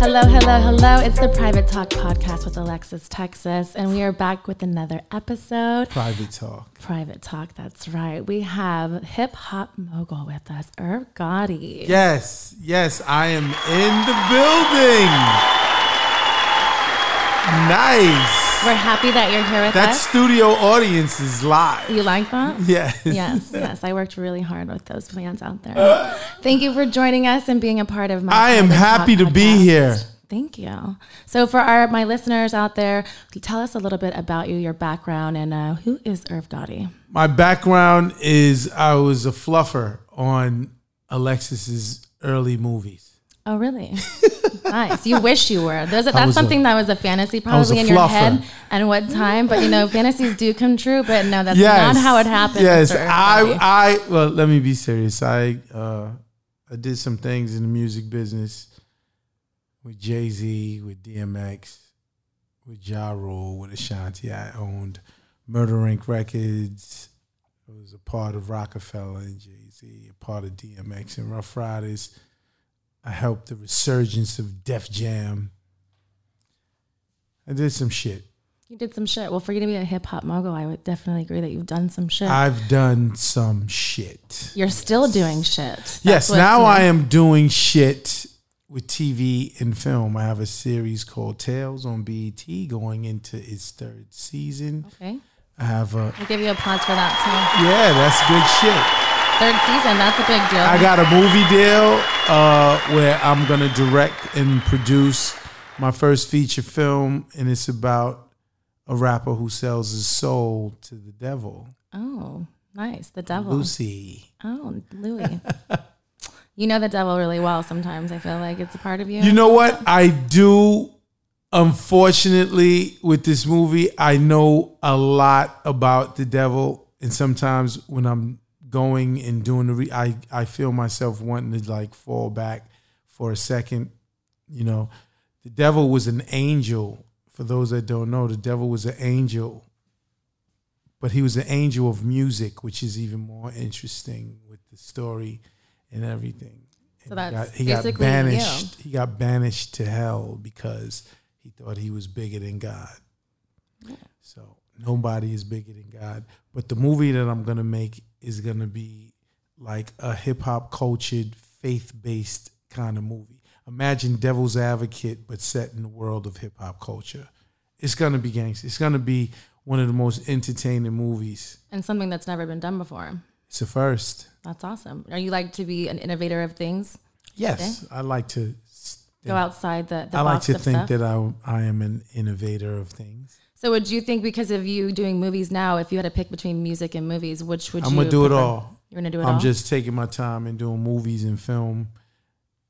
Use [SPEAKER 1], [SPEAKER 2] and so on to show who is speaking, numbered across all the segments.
[SPEAKER 1] Hello, hello, hello. It's the Private Talk Podcast with Alexis Texas, and we are back with another episode.
[SPEAKER 2] Private talk.
[SPEAKER 1] Private Talk, that's right. We have hip hop mogul with us, Irv Gotti.
[SPEAKER 2] Yes, yes, I am in the building. Nice.
[SPEAKER 1] We're happy that you're here with
[SPEAKER 2] That
[SPEAKER 1] us.
[SPEAKER 2] studio audience is live.
[SPEAKER 1] You like that?
[SPEAKER 2] Yes.
[SPEAKER 1] Yes, yes. I worked really hard with those plans out there. Thank you for joining us and being a part of my.
[SPEAKER 2] I am
[SPEAKER 1] Private Talk
[SPEAKER 2] happy to be
[SPEAKER 1] podcast.
[SPEAKER 2] here.
[SPEAKER 1] Thank you. So, for our my listeners out there, tell us a little bit about you, your background, and uh, who is Irv Gotti?
[SPEAKER 2] My background is I was a fluffer on Alexis's early movies.
[SPEAKER 1] Oh, really? nice. You wish you were. There's a, that's
[SPEAKER 2] was a-
[SPEAKER 1] something that was a fantasy
[SPEAKER 2] was
[SPEAKER 1] probably
[SPEAKER 2] a
[SPEAKER 1] in your
[SPEAKER 2] fluffer.
[SPEAKER 1] head and what time, but you know, fantasies do come true, but no, that's
[SPEAKER 2] Yes.
[SPEAKER 1] not how it happens.
[SPEAKER 2] Yes,
[SPEAKER 1] Mr. Irv Gotti.
[SPEAKER 2] I, I. Well, let me be serious. I, uh, I did some things in the music business with Jay Z, with DMX, with Ja Rule, with Ashanti. I owned Murder Inc. Records. I was a part of Rockefeller and Jay Z, a part of DMX and Rough Riders. I helped the resurgence of Def Jam. I did some shit.
[SPEAKER 1] you did some shit. Well, for you to be a hip hop mogul, I would definitely agree that you've done some shit.
[SPEAKER 2] I've done some shit.
[SPEAKER 1] You're still doing shit. That's
[SPEAKER 2] yes,
[SPEAKER 1] what's
[SPEAKER 2] now
[SPEAKER 1] new.
[SPEAKER 2] I am doing shit with TV and film. I have a series called Tales on BET going into its third season.
[SPEAKER 1] Okay.
[SPEAKER 2] I have a
[SPEAKER 1] We'll give you applause for that too.
[SPEAKER 2] yeah, that's good shit.
[SPEAKER 1] Third season, that's a big deal.
[SPEAKER 2] I got a movie deal uh, where I'm gonna direct and produce my first feature film, and it's about a rapper who sells his soul to the devil,
[SPEAKER 1] oh, nice. The devil.
[SPEAKER 2] Lucy.
[SPEAKER 1] Oh, Louis. you know the devil really well sometimes. I feel like it's a part of you.
[SPEAKER 2] You know what? I do. Unfortunately, with this movie, I know a lot about the devil, and sometimes when I'm going and doing the, re- I I feel myself wanting to like fall back for a second. You know, the devil was an angel. For those that don't know, the devil was an angel, but he was an angel of music, which is even more interesting with the story and everything.
[SPEAKER 1] So
[SPEAKER 2] And
[SPEAKER 1] that's
[SPEAKER 2] he got, he got
[SPEAKER 1] basically you.
[SPEAKER 2] banished. He got banished to hell because he thought he was bigger than God. So nobody is bigger than God. But the movie that I'm gonna make is gonna be like a hip hop cultured, faith based kind of movie. Imagine Devil's Advocate, but set in the world of hip hop culture. It's gonna be gangster. It's gonna be one of the most entertaining movies.
[SPEAKER 1] and something that's never been done before.
[SPEAKER 2] It's a first.
[SPEAKER 1] That's awesome. Are you like to be an innovator of things?
[SPEAKER 2] Yes, I like to. s-
[SPEAKER 1] Go outside the, the
[SPEAKER 2] I like
[SPEAKER 1] box
[SPEAKER 2] to
[SPEAKER 1] of
[SPEAKER 2] think
[SPEAKER 1] stuff.
[SPEAKER 2] that I I am an innovator of things.
[SPEAKER 1] so would you think because of you doing movies now, if you had to pick between music and movies, which would
[SPEAKER 2] I'm
[SPEAKER 1] you
[SPEAKER 2] gonna do it
[SPEAKER 1] prefer?
[SPEAKER 2] all.
[SPEAKER 1] You're gonna do it
[SPEAKER 2] I'm
[SPEAKER 1] all.
[SPEAKER 2] just taking my time and doing movies and film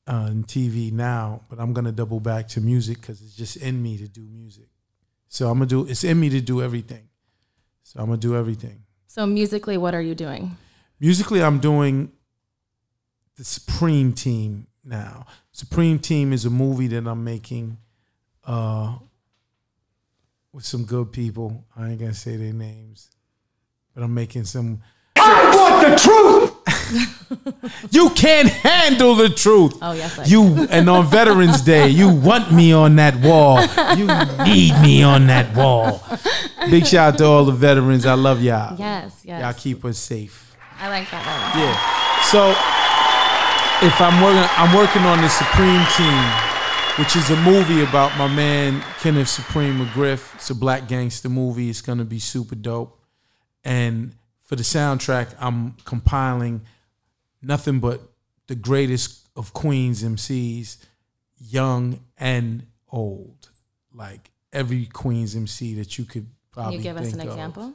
[SPEAKER 2] uh, and TV now, but I'm gonna double back to music because it's just in me to do music. So I'm gonna do it's in me to do everything. So I'm gonna do everything.
[SPEAKER 1] so musically, what are you doing?
[SPEAKER 2] Musically, I'm doing the Supreme Team now. Supreme Team is a movie that I'm making uh, with some good people. I ain't gonna say their names, but I'm making some.
[SPEAKER 3] I want the truth.
[SPEAKER 2] You can't handle the truth.
[SPEAKER 1] Oh yes, I
[SPEAKER 2] You and on Veterans Day, you want me on that wall. You need me on that wall. Big shout out to all the veterans. I love y'all.
[SPEAKER 1] yes, yes.
[SPEAKER 2] Y'all keep us safe.
[SPEAKER 1] I like that one.
[SPEAKER 2] Yeah. So if I'm working, I'm working on the Supreme Team, which is a movie about my man Kenneth Supreme McGriff. It's a black gangster movie. It's gonna be super dope. And for the soundtrack, I'm compiling nothing but the greatest of Queens MCs, young and old, like every Queens MC that you could
[SPEAKER 1] Can
[SPEAKER 2] probably
[SPEAKER 1] you give us an
[SPEAKER 2] think of.
[SPEAKER 1] example?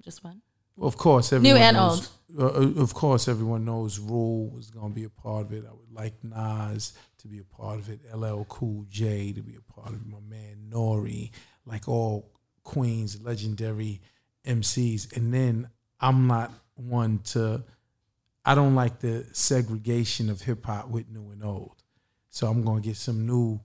[SPEAKER 1] Just one.
[SPEAKER 2] Of course, everyone
[SPEAKER 1] and
[SPEAKER 2] knows, old. of course, everyone knows Rule was going to be a part of it. I would like Nas to be a part of it. LL Cool J to be a part of it. My man Nori, like all Queens legendary MCs. And then I'm not one to. I don't like the segregation of hip hop with new and old. So I'm going to get some new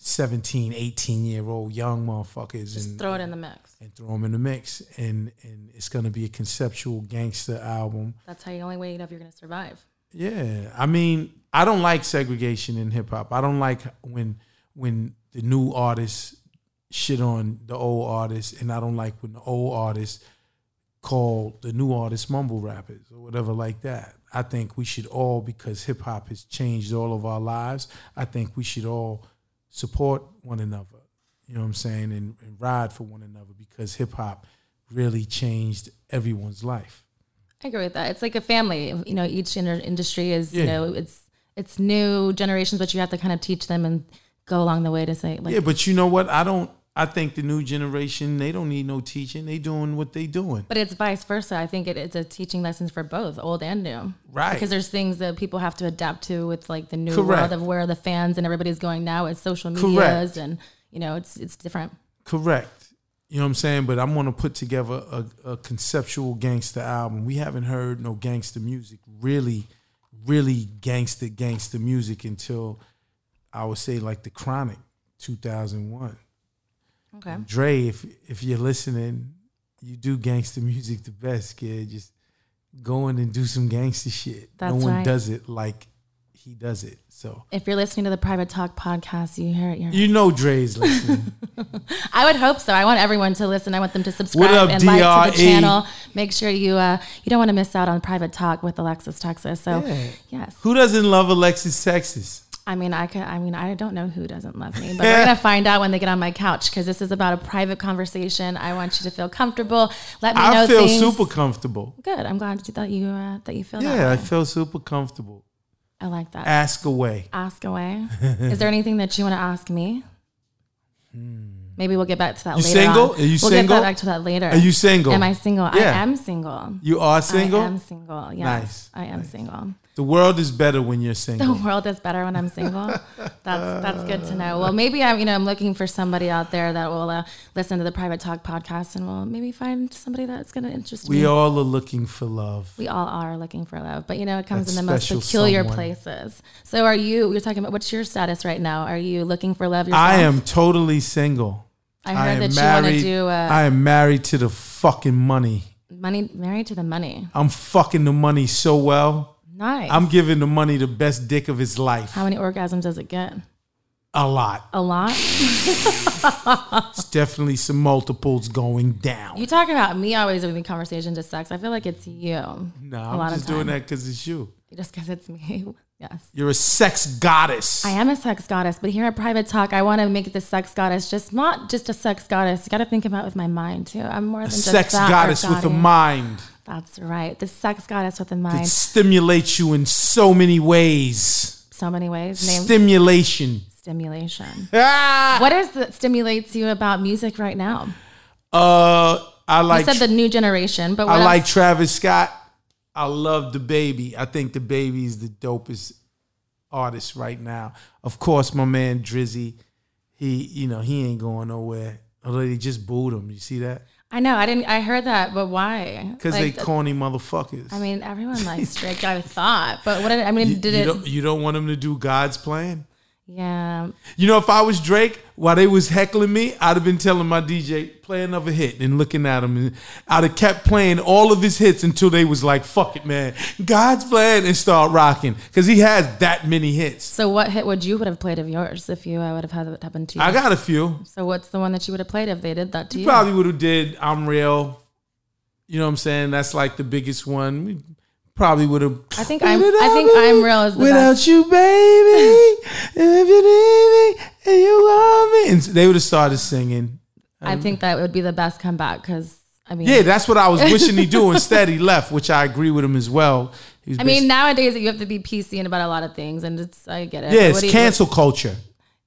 [SPEAKER 2] 17, 18 year old young motherfuckers
[SPEAKER 1] Just
[SPEAKER 2] and
[SPEAKER 1] throw it in the mix.
[SPEAKER 2] and throw them in the mix. And and it's gonna be a conceptual gangster album.
[SPEAKER 1] That's how you only way you know if you're gonna survive.
[SPEAKER 2] Yeah, I mean, I don't like segregation in hip hop. I don't like when when the new artists shit on the old artists, and I don't like when the old artists call the new artists mumble rappers or whatever like that. I think we should all, because hip hop has changed all of our lives, I think we should all support one another. You know what I'm saying? And, and ride for one another because hip hop really changed everyone's life.
[SPEAKER 1] I agree with that. It's like a family. You know, each inter- industry is you
[SPEAKER 2] Yeah.
[SPEAKER 1] know it's it's new generations, but you have to kind of teach them and go along the way to say like
[SPEAKER 2] Yeah, but you know what? I don't. I think the new generation they don't need no teaching. They doing what they doing.
[SPEAKER 1] But it's vice versa. I think it, it's a teaching lessons for both old and new.
[SPEAKER 2] Right.
[SPEAKER 1] Because there's things that people have to adapt to with like the new
[SPEAKER 2] Correct.
[SPEAKER 1] world of where the fans and everybody's going now is social medias
[SPEAKER 2] Correct.
[SPEAKER 1] and you know it's it's different.
[SPEAKER 2] Correct. You know what I'm saying? But I'm gonna put together a, a conceptual gangster album. We haven't heard no gangster music, really, really gangster gangster music until I would say like the Chronic, 2001.
[SPEAKER 1] Okay.
[SPEAKER 2] Dre, if if you're listening, you do gangster music the best, kid. Just go in and do some gangster shit.
[SPEAKER 1] That's
[SPEAKER 2] no one
[SPEAKER 1] right.
[SPEAKER 2] does it like he does it. So
[SPEAKER 1] If you're listening to the Private Talk podcast, you hear it. You're,
[SPEAKER 2] you know Dre's listening.
[SPEAKER 1] I would hope so. I want everyone to listen. I want them to subscribe
[SPEAKER 2] up,
[SPEAKER 1] and like to the
[SPEAKER 2] DRE?
[SPEAKER 1] channel. Make sure you uh, you don't want to miss out on Private Talk with Alexis Texas. So
[SPEAKER 2] Yeah.
[SPEAKER 1] yes,
[SPEAKER 2] Who doesn't love Alexis Texas?
[SPEAKER 1] I mean, I could. I mean, I don't know who doesn't love me, but we're gonna find out when they get on my couch because this is about a private conversation. I want you to feel comfortable. Let me know
[SPEAKER 2] I feel
[SPEAKER 1] things.
[SPEAKER 2] super comfortable.
[SPEAKER 1] good. I'm glad that you uh, that you feel that.
[SPEAKER 2] Yeah, I feel super comfortable.
[SPEAKER 1] I like that.
[SPEAKER 2] Ask away.
[SPEAKER 1] ask away. is there anything that you want to ask me? Maybe we'll get back to that
[SPEAKER 2] Hmm. You
[SPEAKER 1] later.
[SPEAKER 2] single?
[SPEAKER 1] on.
[SPEAKER 2] Are you
[SPEAKER 1] we'll
[SPEAKER 2] single?
[SPEAKER 1] get back to that later.
[SPEAKER 2] Are you single?
[SPEAKER 1] Am I single?
[SPEAKER 2] Yeah.
[SPEAKER 1] I am single.
[SPEAKER 2] You are single.
[SPEAKER 1] I am single. Yes,
[SPEAKER 2] Nice.
[SPEAKER 1] I am single.
[SPEAKER 2] The world is better when you're
[SPEAKER 1] the
[SPEAKER 2] single.
[SPEAKER 1] world is better when I'm single. That's that's good to know. Well, maybe I'm you know I'm looking for somebody out there that will uh, listen to the Private Talk podcast and will maybe find somebody that's going to interest
[SPEAKER 2] We
[SPEAKER 1] me.
[SPEAKER 2] all are looking for love.
[SPEAKER 1] we all are looking for love, but you know it comes
[SPEAKER 2] That
[SPEAKER 1] in the most
[SPEAKER 2] special
[SPEAKER 1] peculiar
[SPEAKER 2] someone.
[SPEAKER 1] places. So are you? You're talking about what's your status right now? Are you looking for love yourself?
[SPEAKER 2] I am totally single.
[SPEAKER 1] I heard that you want to do uh,
[SPEAKER 2] I am married to the fucking money.
[SPEAKER 1] money married to the money.
[SPEAKER 2] I'm fucking the money so well.
[SPEAKER 1] Nice.
[SPEAKER 2] I'm giving the money the best dick of his life.
[SPEAKER 1] How many orgasms does it get?
[SPEAKER 2] A lot.
[SPEAKER 1] A lot.
[SPEAKER 2] It's definitely some multiples going down.
[SPEAKER 1] You talk about me always in the conversation to sex. I feel like it's you.
[SPEAKER 2] No,
[SPEAKER 1] a lot
[SPEAKER 2] I'm
[SPEAKER 1] of
[SPEAKER 2] just
[SPEAKER 1] time.
[SPEAKER 2] doing that because it's you.
[SPEAKER 1] Just because it's me. Yes.
[SPEAKER 2] You're a sex goddess.
[SPEAKER 1] I am a sex goddess, but here at Private Talk, I want to make the sex goddess just not just a sex goddess. You got to think about it with my mind too. I'm more than just
[SPEAKER 2] sex
[SPEAKER 1] that or
[SPEAKER 2] goddess with a
[SPEAKER 1] dotty.
[SPEAKER 2] mind
[SPEAKER 1] That's right, the sex goddess with a
[SPEAKER 2] that
[SPEAKER 1] mind.
[SPEAKER 2] stimulates you in so many ways.
[SPEAKER 1] So many ways. Name
[SPEAKER 2] Stimulation.
[SPEAKER 1] stimulation.
[SPEAKER 2] Ah!
[SPEAKER 1] What is that stimulates you about music right now?
[SPEAKER 2] Uh, I
[SPEAKER 1] You
[SPEAKER 2] like
[SPEAKER 1] said the new generation, but what
[SPEAKER 2] I
[SPEAKER 1] else?
[SPEAKER 2] like Travis Scott. I love the baby. I think the baby is the dopest artist right now. Of course, my man Drizzy. He, you know, he ain't going nowhere. Although they just booed him. You see that?
[SPEAKER 1] I know I didn't. I heard that, but why?
[SPEAKER 2] Because
[SPEAKER 1] Like, uh,
[SPEAKER 2] they corny motherfuckers.
[SPEAKER 1] I mean, everyone likes Drake. I thought, but what? Did, I mean,
[SPEAKER 2] you,
[SPEAKER 1] did
[SPEAKER 2] you
[SPEAKER 1] it?
[SPEAKER 2] Don't, you don't want him to do God's plan.
[SPEAKER 1] yeah.
[SPEAKER 2] You know, if I was Drake, while they was heckling me, I'd have been telling my DJ, play another hit and looking at him. And I'd have kept playing all of his hits until they was like, fuck it, man. God's plan and start rocking. Because he has that many hits.
[SPEAKER 1] So what hit would you would have played of yours if you uh, would have had it happen to you?
[SPEAKER 2] I got a few.
[SPEAKER 1] so what's the one that you would have played if they did that to you?
[SPEAKER 2] Probably would have did I'm Real. You know what I'm saying? That's like the biggest one. We probably would have.
[SPEAKER 1] I think I'm- I think I'm Real is the
[SPEAKER 2] Without
[SPEAKER 1] best.
[SPEAKER 2] you, baby. if you need me and you love me. And they would have started singing.
[SPEAKER 1] I think that would be the best comeback because I mean,
[SPEAKER 2] Yeah, that's what I was wishing he'd do. Instead, he left, which I agree with him as well. He's
[SPEAKER 1] I mean nowadays you have to be PC and about a lot of things, and it's I get it.
[SPEAKER 2] yeah,
[SPEAKER 1] What
[SPEAKER 2] it's
[SPEAKER 1] do you-
[SPEAKER 2] cancel culture.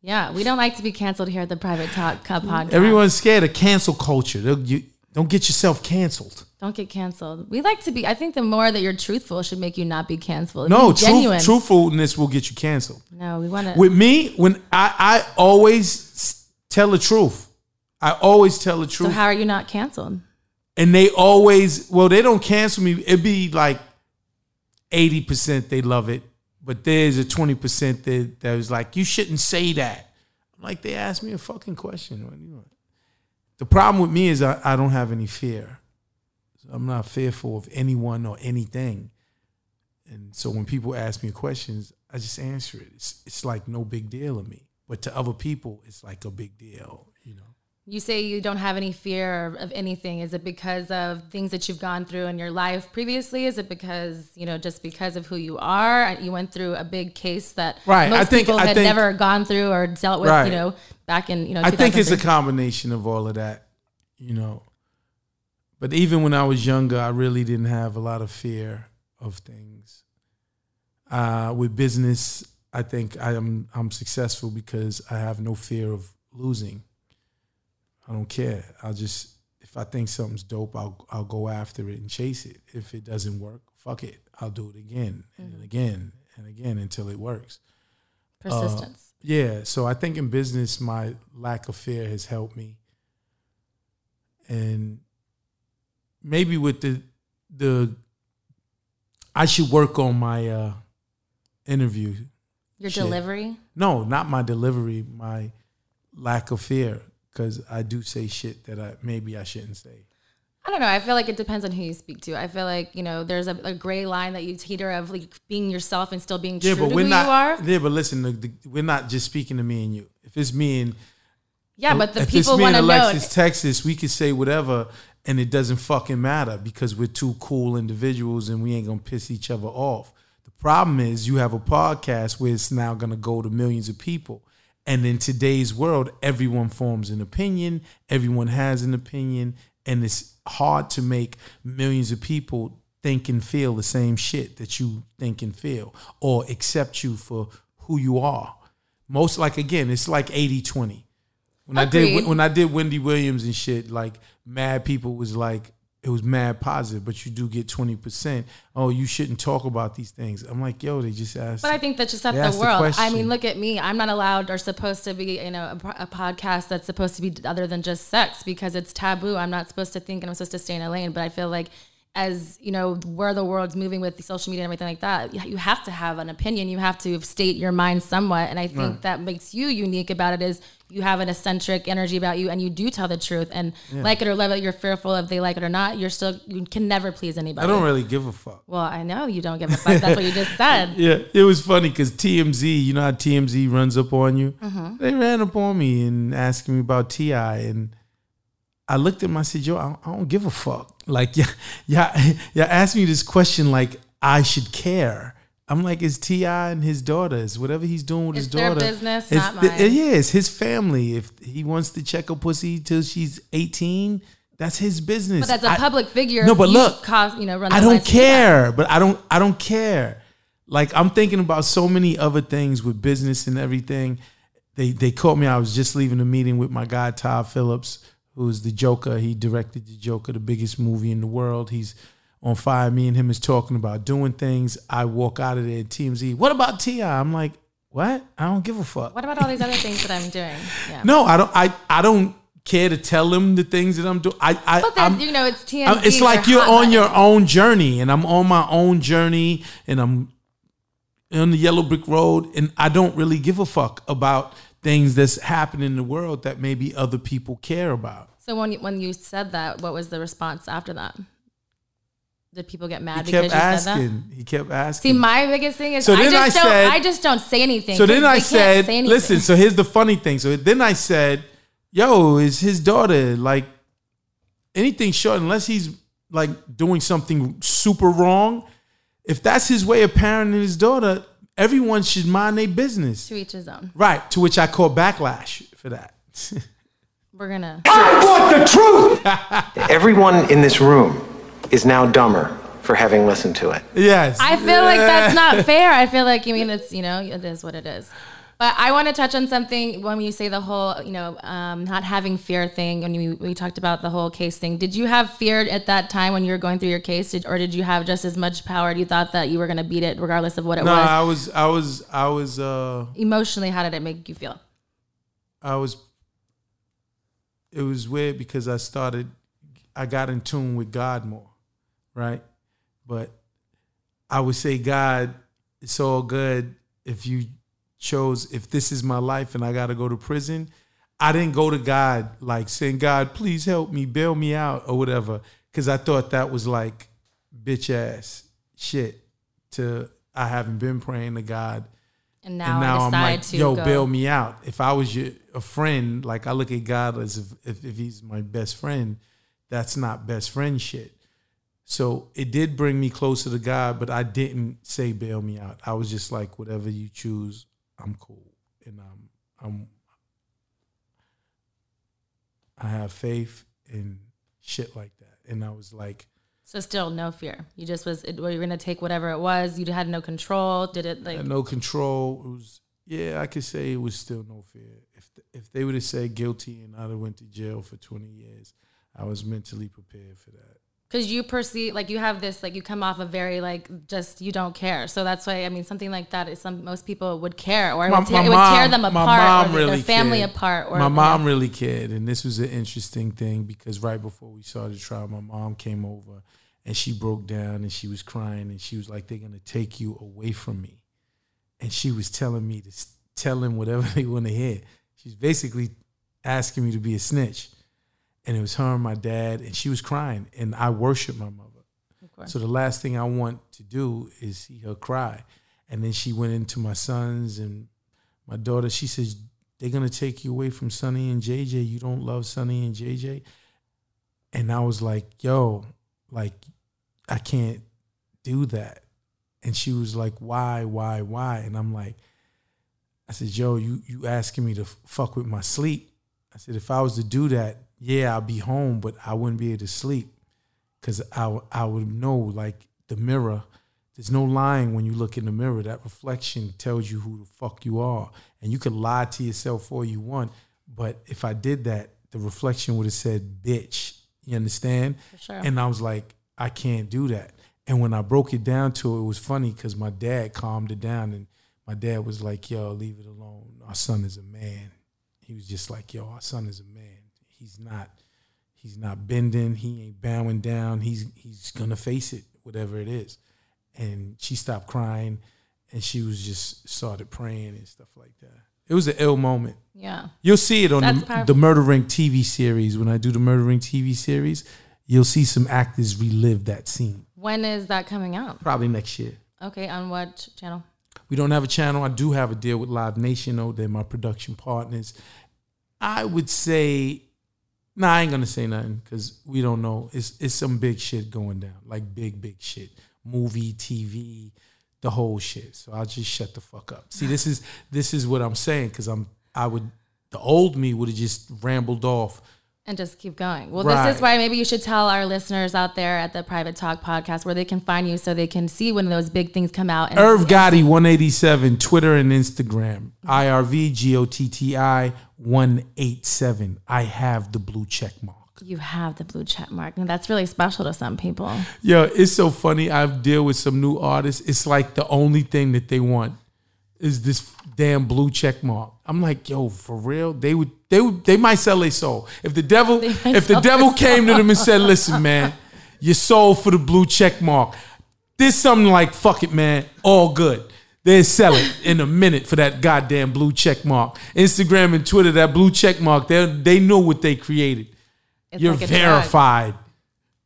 [SPEAKER 1] Yeah, we don't like to be canceled here at the Private Talk Cup
[SPEAKER 2] Mm-hmm.
[SPEAKER 1] podcast.
[SPEAKER 2] Everyone's scared of cancel culture. They'll- you- don't get yourself canceled.
[SPEAKER 1] don't get canceled. We like to be. I think the more that you're truthful should make you not be canceled.
[SPEAKER 2] No,
[SPEAKER 1] Be genuine.
[SPEAKER 2] truth, truthfulness will get you canceled.
[SPEAKER 1] No, we want to.
[SPEAKER 2] With me, when I, I always s- tell the truth. I always tell the
[SPEAKER 1] So
[SPEAKER 2] truth,
[SPEAKER 1] how are you not canceled?
[SPEAKER 2] and they always well, they don't cancel me. It'd be like eighty percent they love it, but there's a twenty percent that that was like you shouldn't say that. I'm like they asked me a fucking question. What do you want? The problem with me is I, I don't have any fear. So I'm not fearful of anyone or anything. And so when people ask me questions, I just answer it. It's it's like no big deal to me. but to other people, it's like a big deal, you know.
[SPEAKER 1] You say you don't have any fear of anything. Is it because of things that you've gone through in your life previously? Is it because you know just because of who you are? You went through a big case that
[SPEAKER 2] Right,
[SPEAKER 1] most
[SPEAKER 2] I think-
[SPEAKER 1] people
[SPEAKER 2] I
[SPEAKER 1] had
[SPEAKER 2] think-
[SPEAKER 1] never gone through or dealt with.
[SPEAKER 2] Right.
[SPEAKER 1] You know, back in you know.
[SPEAKER 2] I think it's a
[SPEAKER 1] 2003.
[SPEAKER 2] combination of all of that, you know. But even when I was younger, I really didn't have a lot of fear of things. Uh, with business, I think I am I'm successful because I have no fear of losing. I don't care. I'll just if I think something's dope, I'll I'll go after it and chase it. If it doesn't work, fuck it. I'll do it again and again and again until it works. Oh,
[SPEAKER 1] persistence.
[SPEAKER 2] Yeah, so I think in business, my lack of fear has helped me, and maybe with the the I should work on my uh, interview.
[SPEAKER 1] your
[SPEAKER 2] shit.
[SPEAKER 1] delivery.
[SPEAKER 2] No, not my delivery, my lack of fear, because I do say shit that I maybe I shouldn't say.
[SPEAKER 1] I don't know. I feel like it depends on who you speak to. I feel like you know there's a, a gray line that you teeter of like being yourself and still being true to who
[SPEAKER 2] not.
[SPEAKER 1] you are.
[SPEAKER 2] Yeah, but listen, the, the, we're not just speaking to me and you. If it's me and
[SPEAKER 1] Yeah, but the
[SPEAKER 2] if it's
[SPEAKER 1] people
[SPEAKER 2] me
[SPEAKER 1] want
[SPEAKER 2] and
[SPEAKER 1] to know.
[SPEAKER 2] Alexis, Texas, we could say whatever, and it doesn't fucking matter because we're two cool individuals and we ain't gonna piss each other off. The problem is you have a podcast where it's now gonna go to millions of people, and in today's world, everyone forms an opinion, everyone has an opinion, and it's hard to make millions of people think and feel the same shit that you think and feel or accept you for who you are. Most like again, it's like 80 20. When I
[SPEAKER 1] Agreed.
[SPEAKER 2] did when I did Wendy Williams and shit, like mad people was like it was mad positive, but you do get twenty percent. Oh, you shouldn't talk about these things. I'm like, yo, they just asked.
[SPEAKER 1] But I think that's just not
[SPEAKER 2] They
[SPEAKER 1] the
[SPEAKER 2] asked the
[SPEAKER 1] world. I mean,
[SPEAKER 2] question.
[SPEAKER 1] look at me. I'm not allowed or supposed to be, you know, a, pro- a podcast that's supposed to be other than just sex because it's taboo. I'm not supposed to think and I'm supposed to stay in a lane. But I feel like as you know, where the world's moving with the social media and everything like that, you you have to have an opinion. You have to state your mind somewhat. And I think that makes you unique about it is you have an eccentric energy about you and you do tell the truth. And like it or love it, you're fearful if they like it or not. You're still, you can never please anybody.
[SPEAKER 2] I don't really give a fuck.
[SPEAKER 1] well, I know you don't give a fuck. That's what you just said.
[SPEAKER 2] Yeah, it was funny because TMZ, you know how TMZ runs up on you?
[SPEAKER 1] Mm-hmm.
[SPEAKER 2] They ran up on me and asking me about T.I. And I looked at him, I said, yo, I don't, I don't give a fuck. Like, yeah, yeah, yeah, ask me this question like I should care. I'm like, it's T.I. and his daughter. It's whatever he's doing with
[SPEAKER 1] It's
[SPEAKER 2] his
[SPEAKER 1] their
[SPEAKER 2] daughter.
[SPEAKER 1] business,
[SPEAKER 2] It's
[SPEAKER 1] not
[SPEAKER 2] the-
[SPEAKER 1] mine.
[SPEAKER 2] yeah, it's his family. If he wants to check a pussy till she's 18, that's his business.
[SPEAKER 1] But as a
[SPEAKER 2] I-
[SPEAKER 1] public figure,
[SPEAKER 2] No, but
[SPEAKER 1] you
[SPEAKER 2] look,
[SPEAKER 1] cause, you know, run
[SPEAKER 2] I
[SPEAKER 1] the
[SPEAKER 2] don't
[SPEAKER 1] lights to do that.
[SPEAKER 2] care, but I don't I don't care. Like I'm thinking about so many other things with business and everything. They they caught me. I was just leaving a meeting with my guy Todd Phillips, who's the Joker. He directed the Joker, the biggest movie in the world. He's on fire. Me and him is talking about doing things. I walk out of there. TMZ. What about Ti? I'm like, what? I don't give a fuck.
[SPEAKER 1] What about all these other things that I'm doing? Yeah.
[SPEAKER 2] No, I don't. I I don't care to tell him the things that I'm doing. I I
[SPEAKER 1] but then
[SPEAKER 2] I'm-
[SPEAKER 1] you know, it's TMZ.
[SPEAKER 2] I'm- it's like
[SPEAKER 1] they're
[SPEAKER 2] you're
[SPEAKER 1] hot
[SPEAKER 2] on your
[SPEAKER 1] buttons.
[SPEAKER 2] own journey, and I'm on my own journey, and I'm on the yellow brick road, and I don't really give a fuck about things that's happening in the world that maybe other people care about.
[SPEAKER 1] So when you, when you said that, what was the response after that? Did people get mad
[SPEAKER 2] He
[SPEAKER 1] Ah, because
[SPEAKER 2] kept
[SPEAKER 1] you said that?
[SPEAKER 2] asking. He kept asking.
[SPEAKER 1] See, my biggest thing is
[SPEAKER 2] So
[SPEAKER 1] I
[SPEAKER 2] then
[SPEAKER 1] just
[SPEAKER 2] I
[SPEAKER 1] don't.
[SPEAKER 2] said-
[SPEAKER 1] I just don't say anything.
[SPEAKER 2] so
[SPEAKER 1] 'cause
[SPEAKER 2] then
[SPEAKER 1] they
[SPEAKER 2] I
[SPEAKER 1] can't
[SPEAKER 2] said,
[SPEAKER 1] say anything.
[SPEAKER 2] listen. So here's the funny thing. So then I said, yo, is his daughter like anything short unless he's like doing something super wrong? If that's his way of parenting his daughter, everyone should mind their business.
[SPEAKER 1] To each his own.
[SPEAKER 2] Right, to which I call backlash for that.
[SPEAKER 1] We're gonna.
[SPEAKER 3] I want the truth.
[SPEAKER 4] Everyone in this room is now dumber for having listened to it.
[SPEAKER 2] yes.
[SPEAKER 1] I feel like that's not fair. I feel like you mean it's you know it is what it is. But I want to touch on something when you say the whole you know um, not having fear thing. When we, we talked about the whole case thing, did you have fear at that time when you were going through your case, did, or did you have just as much power? You thought that you were going to beat it regardless of what it
[SPEAKER 2] no,
[SPEAKER 1] was.
[SPEAKER 2] I was I was I was uh
[SPEAKER 1] Emotionally, how did it make you feel?
[SPEAKER 2] I was it was weird because I started I got in tune with God more, right? But I would say God, it's all good if you chose if this is my life and I got to go to prison. I didn't go to God like saying, "God, please help me, bail me out or whatever," cuz I thought that was like bitch ass shit to I haven't been praying to God
[SPEAKER 1] And now,
[SPEAKER 2] And now
[SPEAKER 1] I
[SPEAKER 2] I'm
[SPEAKER 1] decide
[SPEAKER 2] like,
[SPEAKER 1] to
[SPEAKER 2] yo,
[SPEAKER 1] go.
[SPEAKER 2] bail me out. If I was your a friend, like I look at God as if, if, if he's my best friend, that's not best friend shit. So it did bring me closer to God, but I didn't say bail me out. I was just like, whatever you choose, I'm cool, and I'm I'm I have faith and shit like that. And I was like,
[SPEAKER 1] So still no fear. You just was it, well, you were gonna take whatever it was. You had no control. Did it like
[SPEAKER 2] had no control. It was yeah, I could say it was still no fear. If if they would have said guilty and I'd have went to jail for twenty years, I was mentally prepared for that.
[SPEAKER 1] because you perceive like you have this like you come off a very like just you don't care. So that's why I mean something like that is some most people would care or it,
[SPEAKER 2] My-
[SPEAKER 1] would, tear,
[SPEAKER 2] my
[SPEAKER 1] it would tear
[SPEAKER 2] mom-
[SPEAKER 1] them
[SPEAKER 2] my
[SPEAKER 1] apart
[SPEAKER 2] mom
[SPEAKER 1] or their
[SPEAKER 2] really
[SPEAKER 1] family
[SPEAKER 2] cared.
[SPEAKER 1] apart. Or
[SPEAKER 2] my mom really cared, and this was an interesting thing because right before we started trial, my mom came over and she broke down and she was crying and she was like, "They're gonna take you away from me," and she was telling me to s- tell them whatever they want to hear. She's basically asking me to be a snitch, and it was her and my dad, and she was crying, and I worship my mother. So the last thing I want to do is see her cry. And then she went into my sons and my daughter. She says, They're gonna take you away from Sonny and JJ. You don't love Sonny and JJ. And I was like, yo, like I can't do that. And she was like, why, why, why? And I'm like, I said, yo, you you asking me to f- fuck with my sleep. I said, if I was to do that, yeah, I'd be home, but I wouldn't be able to sleep because I, w- I would know like the mirror there's no lying when you look in the mirror that reflection tells you who the fuck you are and you can lie to yourself all you want but if i did that the reflection would have said bitch you understand
[SPEAKER 1] sure.
[SPEAKER 2] and i was like i can't do that and when i broke it down to it it was funny because my dad calmed it down and my dad was like yo leave it alone our son is a man he was just like yo our son is a man he's not He's not bending. He ain't bowing down. He's he's gonna face it, whatever it is. And she stopped crying, and she was just started praying and stuff like that. It was an ill moment.
[SPEAKER 1] yeah.
[SPEAKER 2] You'll see it on
[SPEAKER 1] That's
[SPEAKER 2] the,
[SPEAKER 1] powerful.
[SPEAKER 2] the Murder Ring TV series. When I do the Murder Ring TV series, you'll see some actors relive that scene.
[SPEAKER 1] When is that coming out?
[SPEAKER 2] Probably next year.
[SPEAKER 1] Okay, on what channel?
[SPEAKER 2] We don't have a channel. I do have a deal with Live Nation, though. They're my production partners. I would say, nah, I ain't gonna say nothing because we don't know. It's it's some big shit going down, like big big shit, movie, TV, the whole shit. So I'll just shut the fuck up. See, this is this is what I'm saying because I'm I would the old me would have just rambled off.
[SPEAKER 1] and just keep going. Well, this is
[SPEAKER 2] Right.
[SPEAKER 1] why maybe you should tell our listeners out there at the Private Talk podcast where they can find you so they can see when those big things come out. And
[SPEAKER 2] Irv Gotti 187, Twitter and Instagram. IRV G O T T I 187. I have the blue check mark.
[SPEAKER 1] you have the blue check mark, and that's really special to some people.
[SPEAKER 2] Yo, it's so funny. I deal with some new artists. It's like the only thing that they want is this damn blue check mark. I'm like, yo, for real? They would, they would, they might sell their soul if the devil,
[SPEAKER 1] might
[SPEAKER 2] if the
[SPEAKER 1] sell
[SPEAKER 2] devil
[SPEAKER 1] their
[SPEAKER 2] came to them and said, listen, man, your soul for the blue check mark. There's something like, fuck it, man, all good. They sell it in a minute for that goddamn blue check mark. Instagram and Twitter, that blue check mark. They they know what they created.
[SPEAKER 1] It's
[SPEAKER 2] You're
[SPEAKER 1] like a drug.
[SPEAKER 2] verified.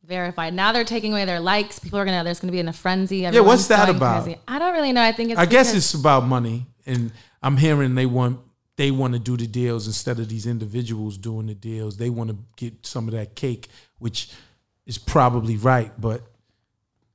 [SPEAKER 1] Verified. Now they're taking away their likes. People are gonna. There's gonna be in a frenzy. Yeah,
[SPEAKER 2] what's that about?
[SPEAKER 1] I don't really know. I think it's.
[SPEAKER 2] I guess
[SPEAKER 1] because-
[SPEAKER 2] it's about money, and I'm hearing they want they want to do the deals instead of these individuals doing the deals. They want to get some of that cake, which is probably right, but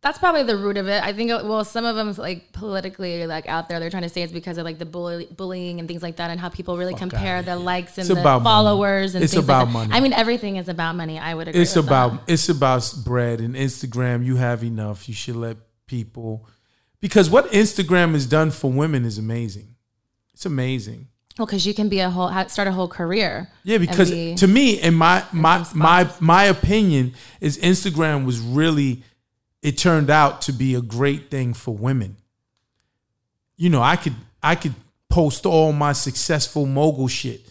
[SPEAKER 1] That's probably the root of it. I think, it- well, some of them like politically, like out there, they're trying to say it's because of like the bully, bullying and things like that, and how people really compare
[SPEAKER 2] outta
[SPEAKER 1] their
[SPEAKER 2] here.
[SPEAKER 1] likes and
[SPEAKER 2] It's
[SPEAKER 1] the
[SPEAKER 2] about money.
[SPEAKER 1] followers and
[SPEAKER 2] It's
[SPEAKER 1] things like
[SPEAKER 2] about
[SPEAKER 1] that.
[SPEAKER 2] money.
[SPEAKER 1] I mean, everything is about money. I would agree.
[SPEAKER 2] it's
[SPEAKER 1] with
[SPEAKER 2] about
[SPEAKER 1] that.
[SPEAKER 2] it's about bread and Instagram. You have enough. You should let people because what Instagram has done for women is amazing. It's amazing.
[SPEAKER 1] Well, because you can be a whole ha- start a whole career.
[SPEAKER 2] Yeah,
[SPEAKER 1] and
[SPEAKER 2] because
[SPEAKER 1] be-
[SPEAKER 2] to me, in my my
[SPEAKER 1] some
[SPEAKER 2] my my opinion, is Instagram was really it turned out to be a great thing for women. You know, I could I could post all my successful mogul shit.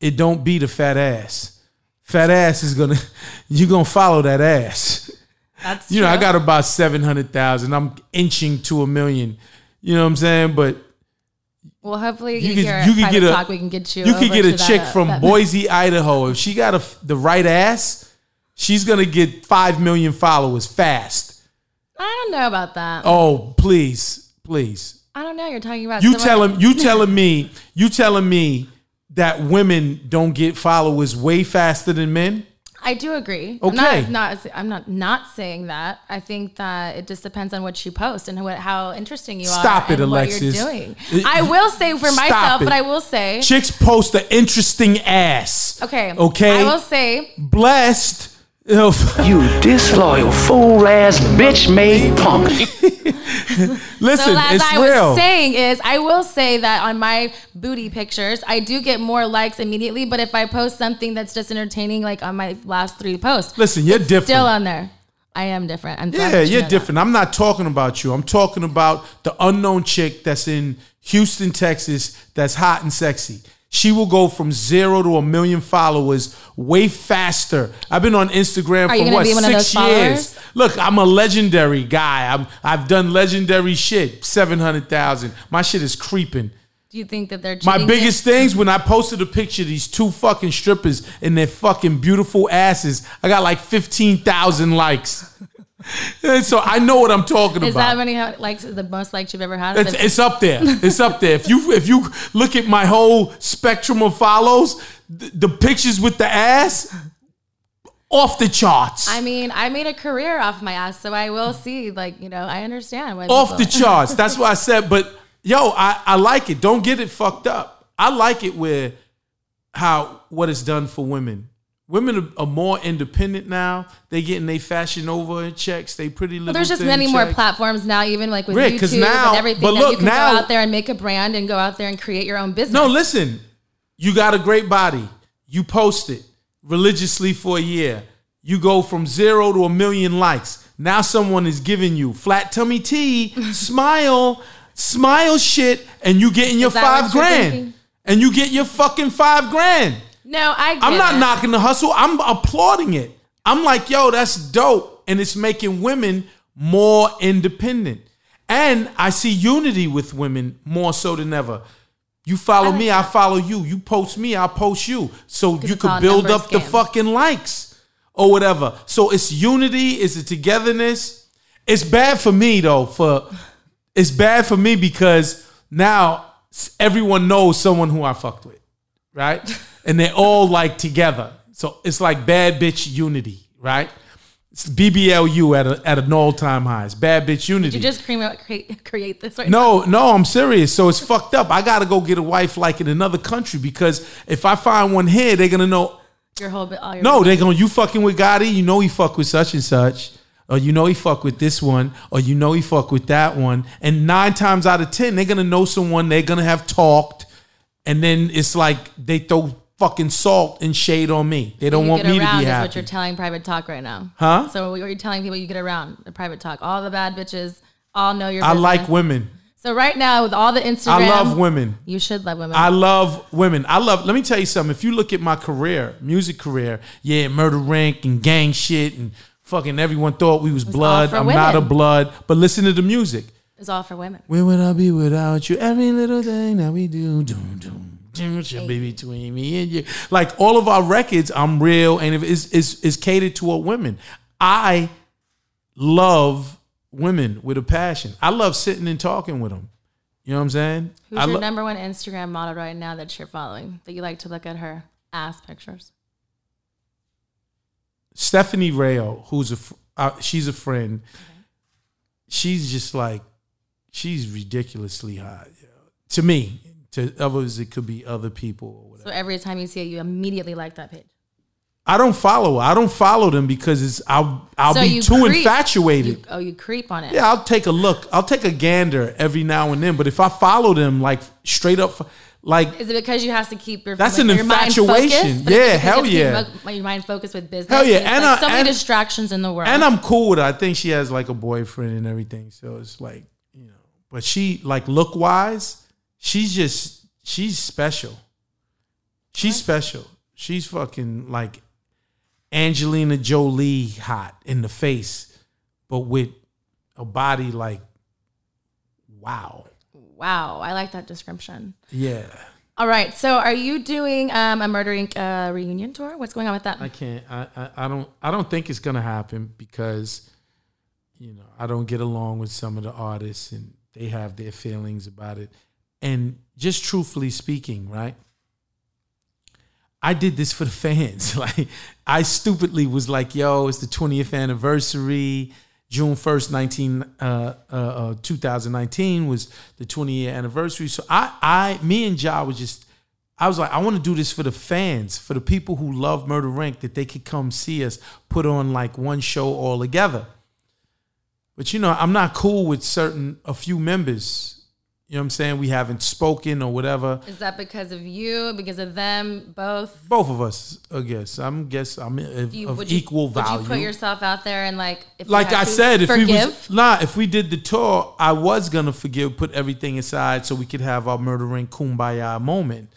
[SPEAKER 2] It don't be the fat ass. Fat ass is gonna you're gonna follow that ass.
[SPEAKER 1] that's
[SPEAKER 2] You know, I
[SPEAKER 1] true.
[SPEAKER 2] got about seven hundred thousand. I'm inching to a million. You know what I'm saying? But
[SPEAKER 1] Well, hopefully
[SPEAKER 2] you
[SPEAKER 1] you, hear
[SPEAKER 2] could- you
[SPEAKER 1] at
[SPEAKER 2] could
[SPEAKER 1] Private
[SPEAKER 2] get a-
[SPEAKER 1] talk. We can get you.
[SPEAKER 2] you could
[SPEAKER 1] over
[SPEAKER 2] get
[SPEAKER 1] to
[SPEAKER 2] a
[SPEAKER 1] that,
[SPEAKER 2] chick
[SPEAKER 1] uh,
[SPEAKER 2] from
[SPEAKER 1] that-
[SPEAKER 2] Boise, Idaho. If she got a f the right ass, she's gonna get five million followers fast.
[SPEAKER 1] I don't know about that.
[SPEAKER 2] Oh, please, please.
[SPEAKER 1] I don't know. You're talking about
[SPEAKER 2] You
[SPEAKER 1] someone-
[SPEAKER 2] telling you telling me you telling me that women don't get followers way faster than men?
[SPEAKER 1] I do agree.
[SPEAKER 2] Okay.
[SPEAKER 1] I'm not, not I'm not not saying that. I think that it just depends on what you post and what how interesting you are.
[SPEAKER 2] Stop it,
[SPEAKER 1] and What
[SPEAKER 2] Alexis.
[SPEAKER 1] you're doing.
[SPEAKER 2] It-
[SPEAKER 1] I will say for
[SPEAKER 2] Stop
[SPEAKER 1] myself,
[SPEAKER 2] it.
[SPEAKER 1] but I will say.
[SPEAKER 2] Chicks post an interesting ass.
[SPEAKER 1] Okay.
[SPEAKER 2] Okay.
[SPEAKER 1] I will say
[SPEAKER 2] Blessed. Ugh.
[SPEAKER 5] You disloyal, fool ass, bitch made punk.
[SPEAKER 2] Listen,
[SPEAKER 1] So as
[SPEAKER 2] it's
[SPEAKER 1] I
[SPEAKER 2] real.
[SPEAKER 1] was saying is I will say that on my booty pictures, I do get more likes immediately, but if I post something that's just entertaining, like on my last three posts,
[SPEAKER 2] Listen, you're different.
[SPEAKER 1] still on there. I am different. I'm glad
[SPEAKER 2] yeah,
[SPEAKER 1] that you
[SPEAKER 2] you're
[SPEAKER 1] know that.
[SPEAKER 2] different. I'm not talking about you. I'm talking about the unknown chick that's in Houston, Texas, that's hot and sexy. She will go from zero to a million followers way faster. I've been on Instagram
[SPEAKER 1] Are you
[SPEAKER 2] for
[SPEAKER 1] gonna
[SPEAKER 2] what
[SPEAKER 1] be one of
[SPEAKER 2] six
[SPEAKER 1] those
[SPEAKER 2] years.
[SPEAKER 1] followers?
[SPEAKER 2] Look, I'm a legendary guy. I'm I've done legendary shit. Seven hundred thousand. My shit is creeping.
[SPEAKER 1] Do you think that they're
[SPEAKER 2] My
[SPEAKER 1] cheating
[SPEAKER 2] biggest things when I posted a picture of these two fucking strippers and their fucking beautiful asses, I got like 15,000 likes. And so I know what I'm talking
[SPEAKER 1] Is that
[SPEAKER 2] about.
[SPEAKER 1] many how- likes the most likes you've ever had?
[SPEAKER 2] it's, it's up there. It's up there. If you if you look at my whole spectrum of follows, th- the pictures with the ass off the charts.
[SPEAKER 1] I mean, I made a career off my ass, so I will see. Like you know, I understand why
[SPEAKER 2] off the
[SPEAKER 1] people-
[SPEAKER 2] charts. That's what I said. But yo, I, I like it. Don't get it fucked up. I like it where how what it's done for women. Women are, are more independent now. They getting they fashion over in checks. They pretty little.
[SPEAKER 1] Well, there's just
[SPEAKER 2] thing
[SPEAKER 1] many more
[SPEAKER 2] checks.
[SPEAKER 1] platforms now, even like with
[SPEAKER 2] Rick, 'cause
[SPEAKER 1] YouTube
[SPEAKER 2] now-
[SPEAKER 1] and everything.
[SPEAKER 2] but
[SPEAKER 1] that
[SPEAKER 2] look,
[SPEAKER 1] you can
[SPEAKER 2] now-
[SPEAKER 1] go out there and make a brand and go out there and create your own business.
[SPEAKER 2] No, listen. You got a great body. You post it religiously for a year. You go from zero to a million likes. Now someone is giving you flat tummy tea, smile, smile shit, and you getting your
[SPEAKER 1] Is that what
[SPEAKER 2] five
[SPEAKER 1] you're
[SPEAKER 2] grand.
[SPEAKER 1] thinking?
[SPEAKER 2] And you get your fucking five grand.
[SPEAKER 1] no, I. Get
[SPEAKER 2] I'm not
[SPEAKER 1] it.
[SPEAKER 2] knocking the hustle. I'm applauding it. I'm like, yo, that's dope. And it's making women more independent. And I see unity with women more so than ever. You follow me, I follow you. You post me, I post you. So
[SPEAKER 1] it's
[SPEAKER 2] you
[SPEAKER 1] all
[SPEAKER 2] could
[SPEAKER 1] a
[SPEAKER 2] build
[SPEAKER 1] numbers
[SPEAKER 2] up the
[SPEAKER 1] game.
[SPEAKER 2] fucking likes or whatever. So it's unity, it's a togetherness. It's bad for me though, for it's bad for me because now s- everyone knows someone who I fucked with right? And they all like together. So it's like bad bitch unity, right? It's BBLU at, a, at an all time high. It's bad bitch unity.
[SPEAKER 1] You just cream create, create this right now.
[SPEAKER 2] no, no, I'm serious. So it's fucked up. I gotta go get a wife like in another country because if I find one here, they're gonna know.
[SPEAKER 1] Your whole bit. All your
[SPEAKER 2] No, they're gonna you fucking with Gotti. You know he fuck with such and such, or you know he fuck with this one, or you know he fuck with that one. And nine times out of ten, they're gonna know someone. They're gonna have talked, and then it's like they throw fucking salt and shade on me. They don't
[SPEAKER 1] you
[SPEAKER 2] want
[SPEAKER 1] get
[SPEAKER 2] me to be
[SPEAKER 1] around is what
[SPEAKER 2] happy.
[SPEAKER 1] you're telling private talk right now.
[SPEAKER 2] Huh?
[SPEAKER 1] So what you're telling people you get around the private talk. All the bad bitches all know your
[SPEAKER 2] I
[SPEAKER 1] business.
[SPEAKER 2] like women.
[SPEAKER 1] So right now with all the Instagram
[SPEAKER 2] I love women.
[SPEAKER 1] You should love women.
[SPEAKER 2] I love women. I love. Let me tell you something. If you look at my career, music career, yeah, murder rank and gang shit and fucking everyone thought we was blood.
[SPEAKER 1] for
[SPEAKER 2] I'm not a
[SPEAKER 1] women.
[SPEAKER 2] blood, but listen to the music.
[SPEAKER 1] it's all for women.
[SPEAKER 2] Where would I be without you? Every little thing that we do, doom doom. doom, Should be between me and you. Like all of our records, I'm real and it's is is catered toward women. I love women with a passion. I love sitting and talking with them. You know what I'm saying?
[SPEAKER 1] Who's
[SPEAKER 2] I
[SPEAKER 1] your
[SPEAKER 2] lo-
[SPEAKER 1] number one Instagram model right now that you're following that you like to look at her ass pictures?
[SPEAKER 2] Stephanie Rayo, who's a fr- uh, she's a friend. She's just like she's ridiculously hot yo. to me. To others, it could be other people or whatever.
[SPEAKER 1] So every time you see it, you immediately like that page.
[SPEAKER 2] I don't follow. her. I don't follow them because it's I'll I'll
[SPEAKER 1] so
[SPEAKER 2] be
[SPEAKER 1] you
[SPEAKER 2] too
[SPEAKER 1] creep-
[SPEAKER 2] infatuated.
[SPEAKER 1] you- oh, you creep on it.
[SPEAKER 2] yeah, I'll take a look. I'll take a gander every now and then. But if I follow them like straight up, like
[SPEAKER 1] Is it because you have to keep your
[SPEAKER 2] That's
[SPEAKER 1] like,
[SPEAKER 2] an
[SPEAKER 1] your mind focused?
[SPEAKER 2] infatuation.
[SPEAKER 1] But is it
[SPEAKER 2] Yeah,
[SPEAKER 1] because you
[SPEAKER 2] hell
[SPEAKER 1] have to keep
[SPEAKER 2] yeah.
[SPEAKER 1] mo- my- your mind focused with business.
[SPEAKER 2] Hell yeah,
[SPEAKER 1] It's
[SPEAKER 2] and
[SPEAKER 1] like
[SPEAKER 2] I-
[SPEAKER 1] so many
[SPEAKER 2] and-
[SPEAKER 1] distractions in the world.
[SPEAKER 2] and I'm cool with her. I think she has like a boyfriend and everything. So it's like you know, but she like look wise, she's just she's special. She's special. She's fucking like Angelina Jolie hot in the face, but with a body like wow.
[SPEAKER 1] wow, I like that description.
[SPEAKER 2] Yeah,
[SPEAKER 1] All right, so are you doing um, a Murder Inc. Uh, reunion tour? What's going on with that?
[SPEAKER 2] I can't. I, I I don't. I don't think it's gonna happen because, you know, I don't get along with some of the artists, and They have their feelings about it. And just truthfully speaking, right? I did this for the fans. Like I stupidly was like, "Yo, it's the 20th anniversary. June 1st, 19 uh, uh, uh, 2019 was the 20 year anniversary." So I I me and Ja was just I was like, I want to do this for the fans, for the people who love Murder Rank that they could come see us put on like one show all together. But you know, I'm not cool with certain a few members. You know what I'm saying? We haven't spoken or whatever.
[SPEAKER 1] Is that because of you? Because of them? Both?
[SPEAKER 2] Both of us, I guess. I'm guess I'm of,
[SPEAKER 1] You,
[SPEAKER 2] of
[SPEAKER 1] would you-
[SPEAKER 2] equal value.
[SPEAKER 1] Would you put yourself out there and like, if you
[SPEAKER 2] like
[SPEAKER 1] had
[SPEAKER 2] I
[SPEAKER 1] to,
[SPEAKER 2] said, if
[SPEAKER 1] forgive?
[SPEAKER 2] we was nah, if we did the tour, I was gonna forgive, put everything aside so we could have our murdering kumbaya moment.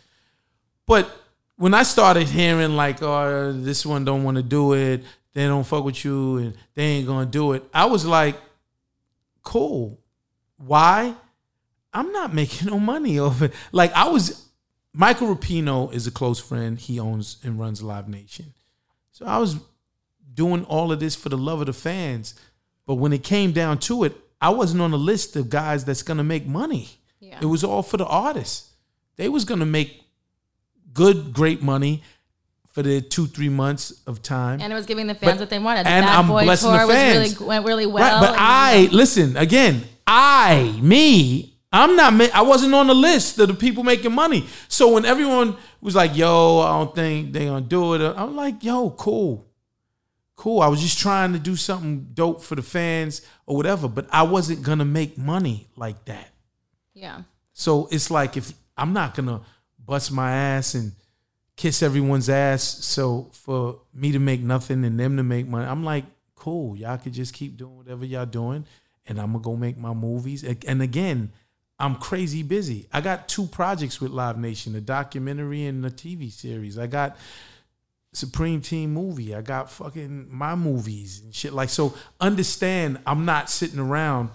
[SPEAKER 2] But when I started hearing like, oh, this one don't want to do it, they don't fuck with you, and they ain't gonna do it, I was like, cool. Why? I'm not making no money off it. Like I was, Michael Rapino is a close friend. He owns and runs Live Nation. So I was doing all of this for the love of the fans. But when it came down to it, I wasn't on the list of guys that's gonna make money.
[SPEAKER 1] Yeah.
[SPEAKER 2] It was all for the artists. They was gonna make good, great money for the two, three months of time.
[SPEAKER 1] and it was giving the fans
[SPEAKER 2] But-
[SPEAKER 1] what they wanted. The
[SPEAKER 2] and
[SPEAKER 1] Bad
[SPEAKER 2] I'm
[SPEAKER 1] Boy
[SPEAKER 2] blessing
[SPEAKER 1] tour
[SPEAKER 2] the
[SPEAKER 1] was
[SPEAKER 2] fans.
[SPEAKER 1] really went really well.
[SPEAKER 2] Right, but
[SPEAKER 1] and-
[SPEAKER 2] I listen again. I me. I'm not. ma- I wasn't on the list of the people making money. So when everyone was like, "Yo, I don't think they gonna do it," I'm like, "Yo, cool, cool." I was just trying to do something dope for the fans or whatever, but I wasn't gonna make money like that.
[SPEAKER 1] yeah.
[SPEAKER 2] So it's like if I'm not gonna bust my ass and kiss everyone's ass, so for me to make nothing and them to make money, I'm like, cool, y'all could just keep doing whatever y'all doing, and I'm gonna go make my movies. A- And again, I'm crazy busy. I got two projects with Live Nation: a documentary and a TV series. I got Supreme Team movie. I got fucking my movies and shit. Like, so understand, I'm not sitting around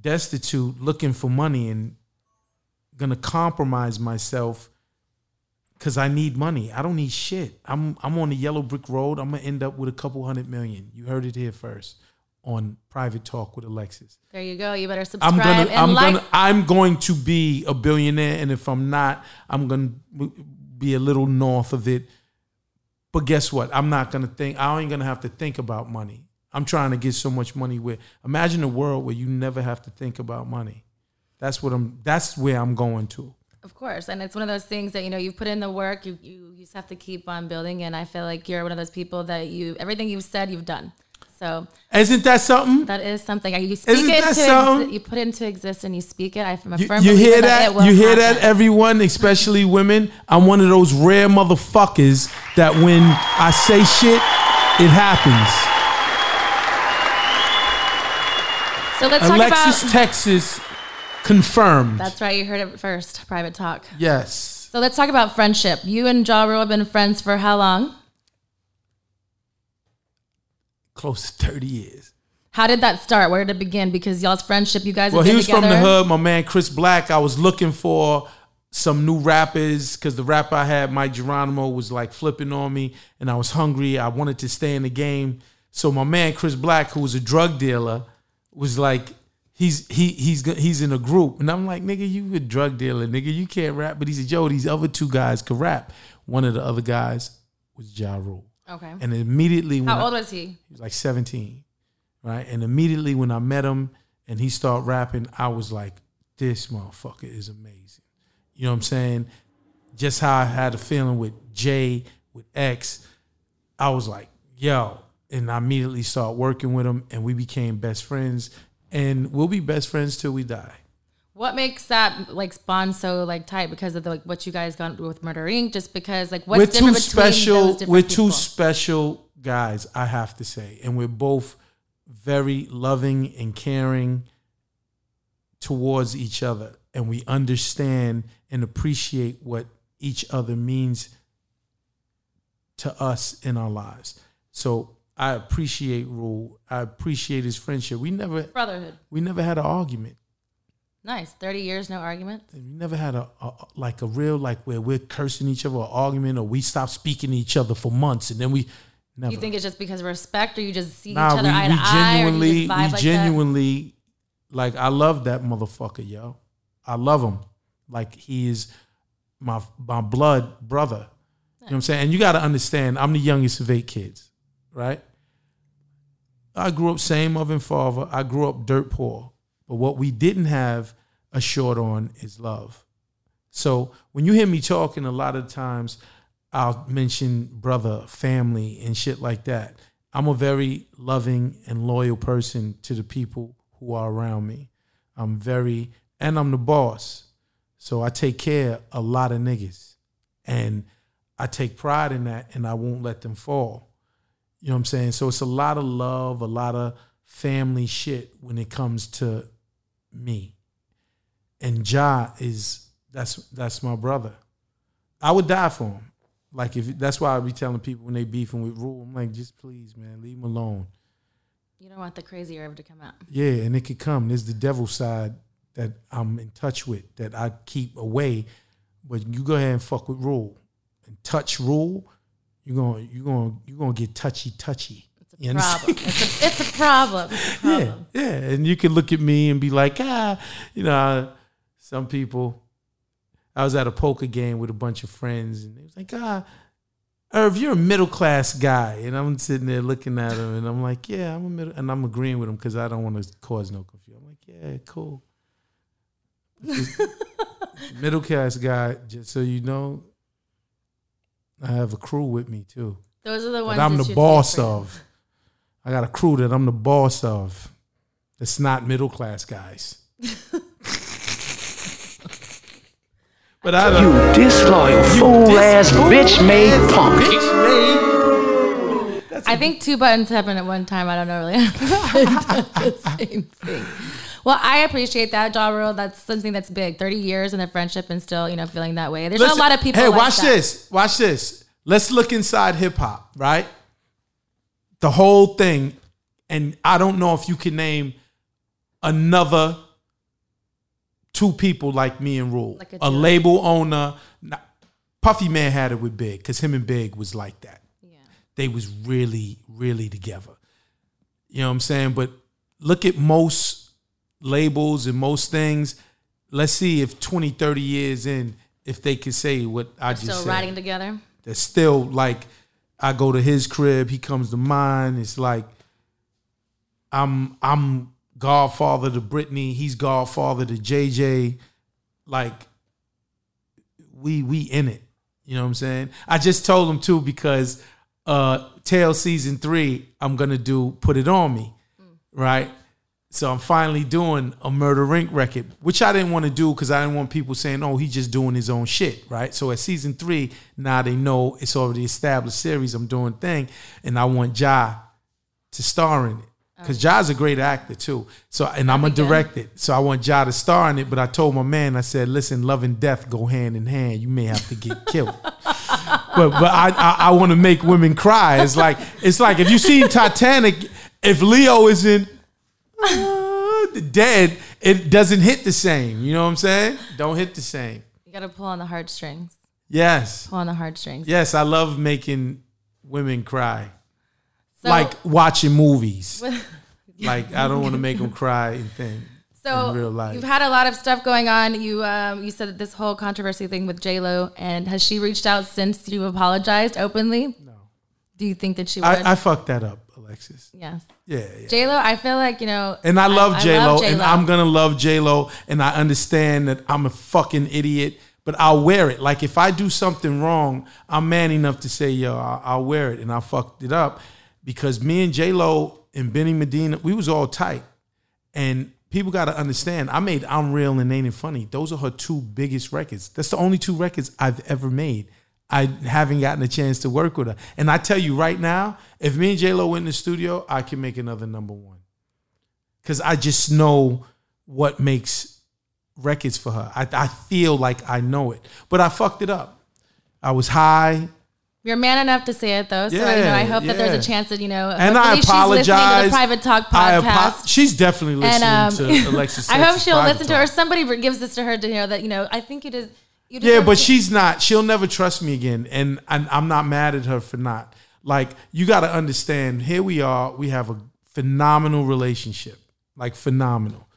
[SPEAKER 2] destitute looking for money and gonna compromise myself because I need money. I don't need shit. I'm I'm on the yellow brick road. I'm gonna end up with a couple hundred million. You heard it here first on private talk with Alexis.
[SPEAKER 1] There you go. You better subscribe
[SPEAKER 2] I'm gonna
[SPEAKER 1] and
[SPEAKER 2] I'm
[SPEAKER 1] like.
[SPEAKER 2] gonna I'm going to be a billionaire, and if I'm not, I'm gonna be a little north of it. But guess what? I'm not gonna think. I ain't gonna have to think about money. I'm trying to get so much money. Where imagine a world where you never have to think about money. That's what I'm. That's where I'm going to.
[SPEAKER 1] Of course, and it's one of those things that you know you've put in the work. You you, you just have to keep on building, and I feel like you're one of those people that you everything you've said you've done. So
[SPEAKER 2] Isn't that something?
[SPEAKER 1] that is something you speak
[SPEAKER 2] Isn't
[SPEAKER 1] it
[SPEAKER 2] that
[SPEAKER 1] to
[SPEAKER 2] something?
[SPEAKER 1] exi- you put it into existence. You speak it. I am a
[SPEAKER 2] You,
[SPEAKER 1] firm
[SPEAKER 2] you
[SPEAKER 1] believer
[SPEAKER 2] hear that?
[SPEAKER 1] it will
[SPEAKER 2] you hear that,
[SPEAKER 1] happen.
[SPEAKER 2] everyone, especially women. I'm one of those rare motherfuckers that when I say shit, it happens.
[SPEAKER 1] So let's talk
[SPEAKER 2] Alexis,
[SPEAKER 1] about.
[SPEAKER 2] Texas, confirmed.
[SPEAKER 1] that's right. You heard it first. Private talk.
[SPEAKER 2] yes,
[SPEAKER 1] So let's talk about friendship. You and Ja Rule have been friends for how long?
[SPEAKER 2] close to 30 years.
[SPEAKER 1] How did that start? Where did it begin? Because y'all's friendship, you guys.
[SPEAKER 2] Well,
[SPEAKER 1] have been
[SPEAKER 2] he was
[SPEAKER 1] together.
[SPEAKER 2] from the hood. My man Chris Black. I was looking for some new rappers because the rapper I had, Mike Geronimo, was like flipping on me, and I was hungry. I wanted to stay in the game. So my man Chris Black, who was a drug dealer, was like, he's he he's go- he's in a group, and I'm like, nigga, you a drug dealer, nigga, you can't rap. But he said, yo, these other two guys could rap. One of the other guys was Ja Rule.
[SPEAKER 1] Okay.
[SPEAKER 2] And immediately, when I-
[SPEAKER 1] how old was he?
[SPEAKER 2] he was like 17, right? And immediately when I met him and he started rapping, I was like, this motherfucker is amazing. You know what I'm saying? Just how I had a feeling with Jay, with X, I was like, yo. And I immediately started working with him and we became best friends. And we'll be best friends till we die.
[SPEAKER 1] What makes that like bond so like tight because of the, like what you guys got with Murder Inc. Just because like what's different between those different
[SPEAKER 2] we're
[SPEAKER 1] people?
[SPEAKER 2] two special guys i have to say and we're both very loving and caring towards each other and we understand and appreciate what each other means to us in our lives so i appreciate rule i appreciate his friendship we never
[SPEAKER 1] brotherhood.
[SPEAKER 2] we never had an argument
[SPEAKER 1] Nice. Thirty years, no arguments.
[SPEAKER 2] we never had a, a like a real like where we're cursing each other or argument or we stop speaking to each other for months and then we never
[SPEAKER 1] You think it's just because of respect, or you just see
[SPEAKER 2] Nah,
[SPEAKER 1] each other
[SPEAKER 2] we,
[SPEAKER 1] eye
[SPEAKER 2] we
[SPEAKER 1] to eye, or you
[SPEAKER 2] genuinely
[SPEAKER 1] just vibe
[SPEAKER 2] we
[SPEAKER 1] like that?
[SPEAKER 2] genuinely Like I love that motherfucker, yo. I love him. Like he is my my blood brother. You know what I'm saying? And you got to understand, I'm the youngest of eight kids, right? I grew up same oven father. I grew up dirt poor, but what we didn't have a short on is love. So when you hear me talking, a lot of times I'll mention brother, family, and shit like that. I'm a very loving and loyal person to the people who are around me. I'm very, and I'm the boss. So I take care of a lot of niggas. And I take pride in that and I won't let them fall. You know what I'm saying? So it's a lot of love, a lot of family shit when it comes to me. And Ja is that's that's my brother. I would die for him. Like if that's why I be telling people when they beefing with Rule, I'm like, just please, man, leave him alone.
[SPEAKER 1] You don't want the crazy ever to come out.
[SPEAKER 2] Yeah, and it could come. There's the devil side that I'm in touch with that I keep away. But you go ahead and fuck with Rule and touch Rule, you're gonna you're gonna you're gonna get touchy touchy. You understand?
[SPEAKER 1] Problem. It's a, it's a problem. It's a problem.
[SPEAKER 2] Yeah, yeah. And you can look at me and be like, ah, you know, I- some people. I was at a poker game with a bunch of friends, and they was like, ah, Irv, you're a middle class guy, and I'm sitting there looking at him, and I'm like, yeah, I'm a middle, and I'm agreeing with him because I don't want to cause no confusion. I'm like, yeah, cool. middle class guy, just so you know, I have a crew with me too
[SPEAKER 1] Those are the ones
[SPEAKER 2] that I'm
[SPEAKER 1] that
[SPEAKER 2] the
[SPEAKER 1] you
[SPEAKER 2] boss
[SPEAKER 1] do for you.
[SPEAKER 2] of. I got a crew that I'm the boss of. That's not middle class guys. but I
[SPEAKER 5] You
[SPEAKER 2] don't.
[SPEAKER 5] disloyal fool ass bitch made punk.
[SPEAKER 1] I think two buttons happened at one time. I don't know really. the same thing. Well, I appreciate that, Ja Rule. That's something that's big. Thirty years in the friendship and still, you know, feeling that way. There's
[SPEAKER 2] Listen-
[SPEAKER 1] not a lot of people.
[SPEAKER 2] Hey,
[SPEAKER 1] like
[SPEAKER 2] watch
[SPEAKER 1] that.
[SPEAKER 2] this. Watch this. Let's look inside hip hop, right? The whole thing. And I don't know if you can name another two people like me and Rule.
[SPEAKER 1] Like a duo.
[SPEAKER 2] a label owner. Nah, Puffy Man had it with Big because him and Big was like that. They was really, really together. You know what I'm saying? But look at most labels and most things. Let's see if 20, 30 years in, if they can say what I just
[SPEAKER 1] Still
[SPEAKER 2] said.
[SPEAKER 1] riding together.
[SPEAKER 2] That's still like, I go to his crib, he comes to mine. It's like, I'm I'm godfather to Britney, he's godfather to JJ. Like, we we in it. You know what I'm saying? I just told him too because uh Tale season three, I'm gonna do Put It On Me. Right? So I'm finally doing a Murder Rink record, which I didn't want to do because I didn't want people saying, oh, he's just doing his own shit, right? So at season three, now they know it's already established series. I'm doing thing, and I want Ja to star in it. Because Ja's a great actor too. So and I'm gonna direct it. So I want Ja to star in it, but I told my man, I said, listen, love and death go hand in hand. You may have to get killed but but I I, I want to make women cry. It's like it's like if you seen Titanic, if Leo isn't uh, dead, it doesn't hit the same. You know what I'm saying? Don't hit the same.
[SPEAKER 1] You got to pull on the heartstrings.
[SPEAKER 2] Yes,
[SPEAKER 1] Pull on the heartstrings.
[SPEAKER 2] yes, I love making women cry,
[SPEAKER 1] So,
[SPEAKER 2] like watching movies. like I don't want to make them cry and thing.
[SPEAKER 1] so
[SPEAKER 2] in real life.
[SPEAKER 1] you've had a lot of stuff going on. You um, you said that this whole controversy thing with J Lo, and has she reached out since you apologized openly? No. Do you think that she would?
[SPEAKER 2] I, I fucked that up, Alexis.
[SPEAKER 1] yes.
[SPEAKER 2] Yeah, yeah.
[SPEAKER 1] J Lo, I feel like you know,
[SPEAKER 2] And I love J Lo, and
[SPEAKER 1] J.Lo.
[SPEAKER 2] I'm gonna love J Lo, and I understand that I'm a fucking idiot, but I'll wear it. Like if I do something wrong, I'm man enough to say, yo, I- I'll wear it, and I fucked it up because me and J Lo and Benny Medina, we was all tight, and people gotta understand. I made I'm Real and Ain't It Funny. Those are her two biggest records. That's the only two records I've ever made. I haven't gotten a chance to work with her, and I tell you right now, if me and J Lo went in the studio, I can make another number one because I just know what makes records for her. I, I feel like I know it, but I fucked it up. I was high,
[SPEAKER 1] You're man enough to say it though. So you know,
[SPEAKER 2] Yeah,
[SPEAKER 1] I hope that there's
[SPEAKER 2] yeah.
[SPEAKER 1] a chance that you know.
[SPEAKER 2] and I
[SPEAKER 1] hopefully
[SPEAKER 2] apologize.
[SPEAKER 1] She's listening to the private talk
[SPEAKER 2] I apo-
[SPEAKER 1] podcast.
[SPEAKER 2] she's definitely listening
[SPEAKER 1] and
[SPEAKER 2] to
[SPEAKER 1] um,
[SPEAKER 2] Alexis.
[SPEAKER 1] I hope
[SPEAKER 2] Texas
[SPEAKER 1] she'll
[SPEAKER 2] Private
[SPEAKER 1] listen to her. Or
[SPEAKER 2] Talk.
[SPEAKER 1] somebody gives this to her to know that you know. I think it is. You
[SPEAKER 2] Yeah,
[SPEAKER 1] deserve
[SPEAKER 2] but
[SPEAKER 1] to-
[SPEAKER 2] she's not. She'll never trust me again, and and I'm not mad at her for not. Like you got to understand. Here we are. We have a phenomenal relationship, like phenomenal.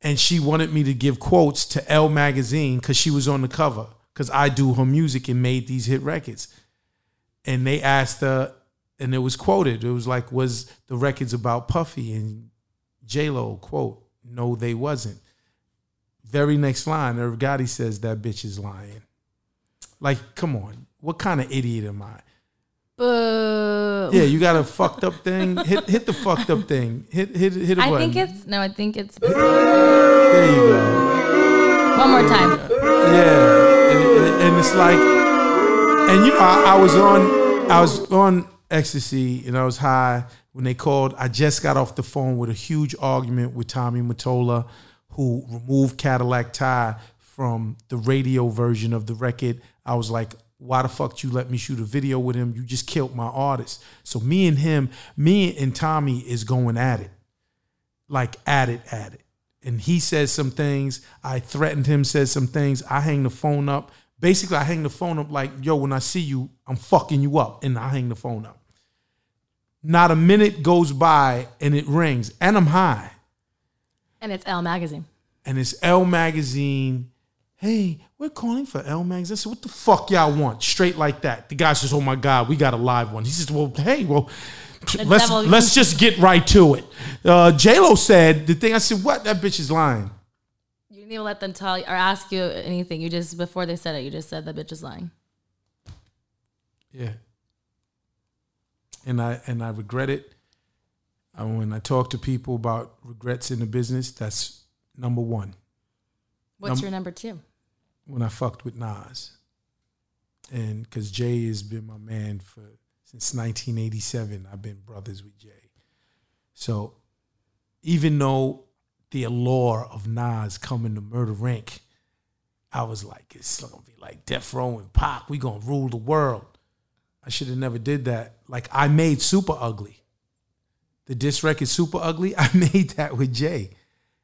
[SPEAKER 2] and she wanted me to give quotes to L magazine because she was on the cover because I do her music and made these hit records, and they asked her, and it was quoted. It was like, "Was the records about Puffy?" And J Lo quote, "No, they wasn't." Very next line, Irv Gotti says that bitch is lying. Like, come on, what kind of idiot am I?
[SPEAKER 1] Boo.
[SPEAKER 2] Yeah, you got a fucked up thing. Hit hit the fucked up thing. Hit hit hit a
[SPEAKER 1] I
[SPEAKER 2] button.
[SPEAKER 1] think it's no. I think it's
[SPEAKER 2] there you go.
[SPEAKER 1] one more time.
[SPEAKER 2] Yeah, and, and, and it's like, and you know, I, I was on, I was on ecstasy, and I was high when they called. I just got off the phone with a huge argument with Tommy Mottola, who removed Cadillac Tie from the radio version of the record. I was like, why the fuck you let me shoot a video with him? You just killed my artist. So me and him, me and Tommy is going at it like at it at it and he says some things i threatened him says some things i hang the phone up basically i hang the phone up like yo when i see you i'm fucking you up and i hang the phone up not a minute goes by and it rings and i'm high
[SPEAKER 1] And it's L magazine.
[SPEAKER 2] and it's L Magazine. Hey, we're calling for L Magazine. I said, what the fuck y'all want? Straight like that. The guy says, oh my God, we got a live one. He says, well, hey, well, let's,
[SPEAKER 1] devil-
[SPEAKER 2] let's just get right to it. Uh, J-Lo said the thing. I said, what? That bitch is lying.
[SPEAKER 1] You didn't even let them tell you or ask you anything. You just before they said it, you just said the bitch is lying.
[SPEAKER 2] Yeah. And I and I regret it. And when I talk to people about regrets in the business, that's number one.
[SPEAKER 1] What's
[SPEAKER 2] Num-
[SPEAKER 1] your number two?
[SPEAKER 2] when I fucked with Nas. And because Jay has been my man for since 1987, I've been brothers with Jay. So even though the allure of Nas coming to Murder Inc., I was like, it's gonna be like Death Row and Pac. We gonna rule the world. I should have never did that. Like I made Super Ugly. The diss record Super Ugly. I made that with Jay.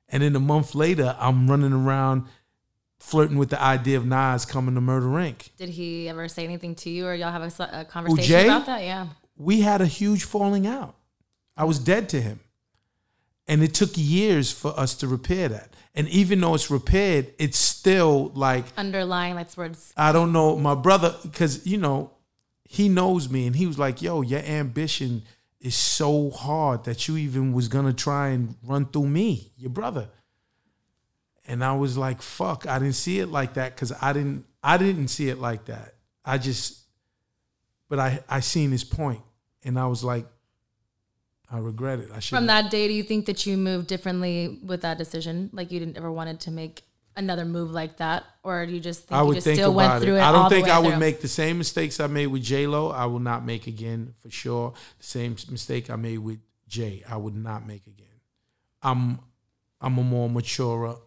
[SPEAKER 2] And then a month later, I'm running around flirting with the idea of Nas coming to Murder Inc.
[SPEAKER 1] Did he ever say anything to you, or y'all have a s- a,
[SPEAKER 2] Jay?
[SPEAKER 1] conversation about that? Yeah.
[SPEAKER 2] We had a huge falling out. I was dead to him. And it took years for us to repair that. And even though it's repaired, it's still like
[SPEAKER 1] Underlying, that's words.
[SPEAKER 2] I don't know my brother because you know he knows me and he was like, "Yo, your ambition is so hard that you even was gonna try and run through me, your brother." And I was like, "Fuck, I didn't see it like that because I didn't I didn't see it like that. I just, but I I seen his point and I was like, I regret it. I should
[SPEAKER 1] From that day, do you think that you moved differently with that decision? Like you didn't ever wanted to make another move like that, or do you just think
[SPEAKER 2] I
[SPEAKER 1] you
[SPEAKER 2] would
[SPEAKER 1] just
[SPEAKER 2] think
[SPEAKER 1] still
[SPEAKER 2] about
[SPEAKER 1] went through it?
[SPEAKER 2] it. I
[SPEAKER 1] all
[SPEAKER 2] don't
[SPEAKER 1] the
[SPEAKER 2] think
[SPEAKER 1] way
[SPEAKER 2] I would
[SPEAKER 1] through?
[SPEAKER 2] make the same mistakes I made with J Lo. I will not make again for sure. The same mistake I made with Jay, I would not make again. I'm I'm a more mature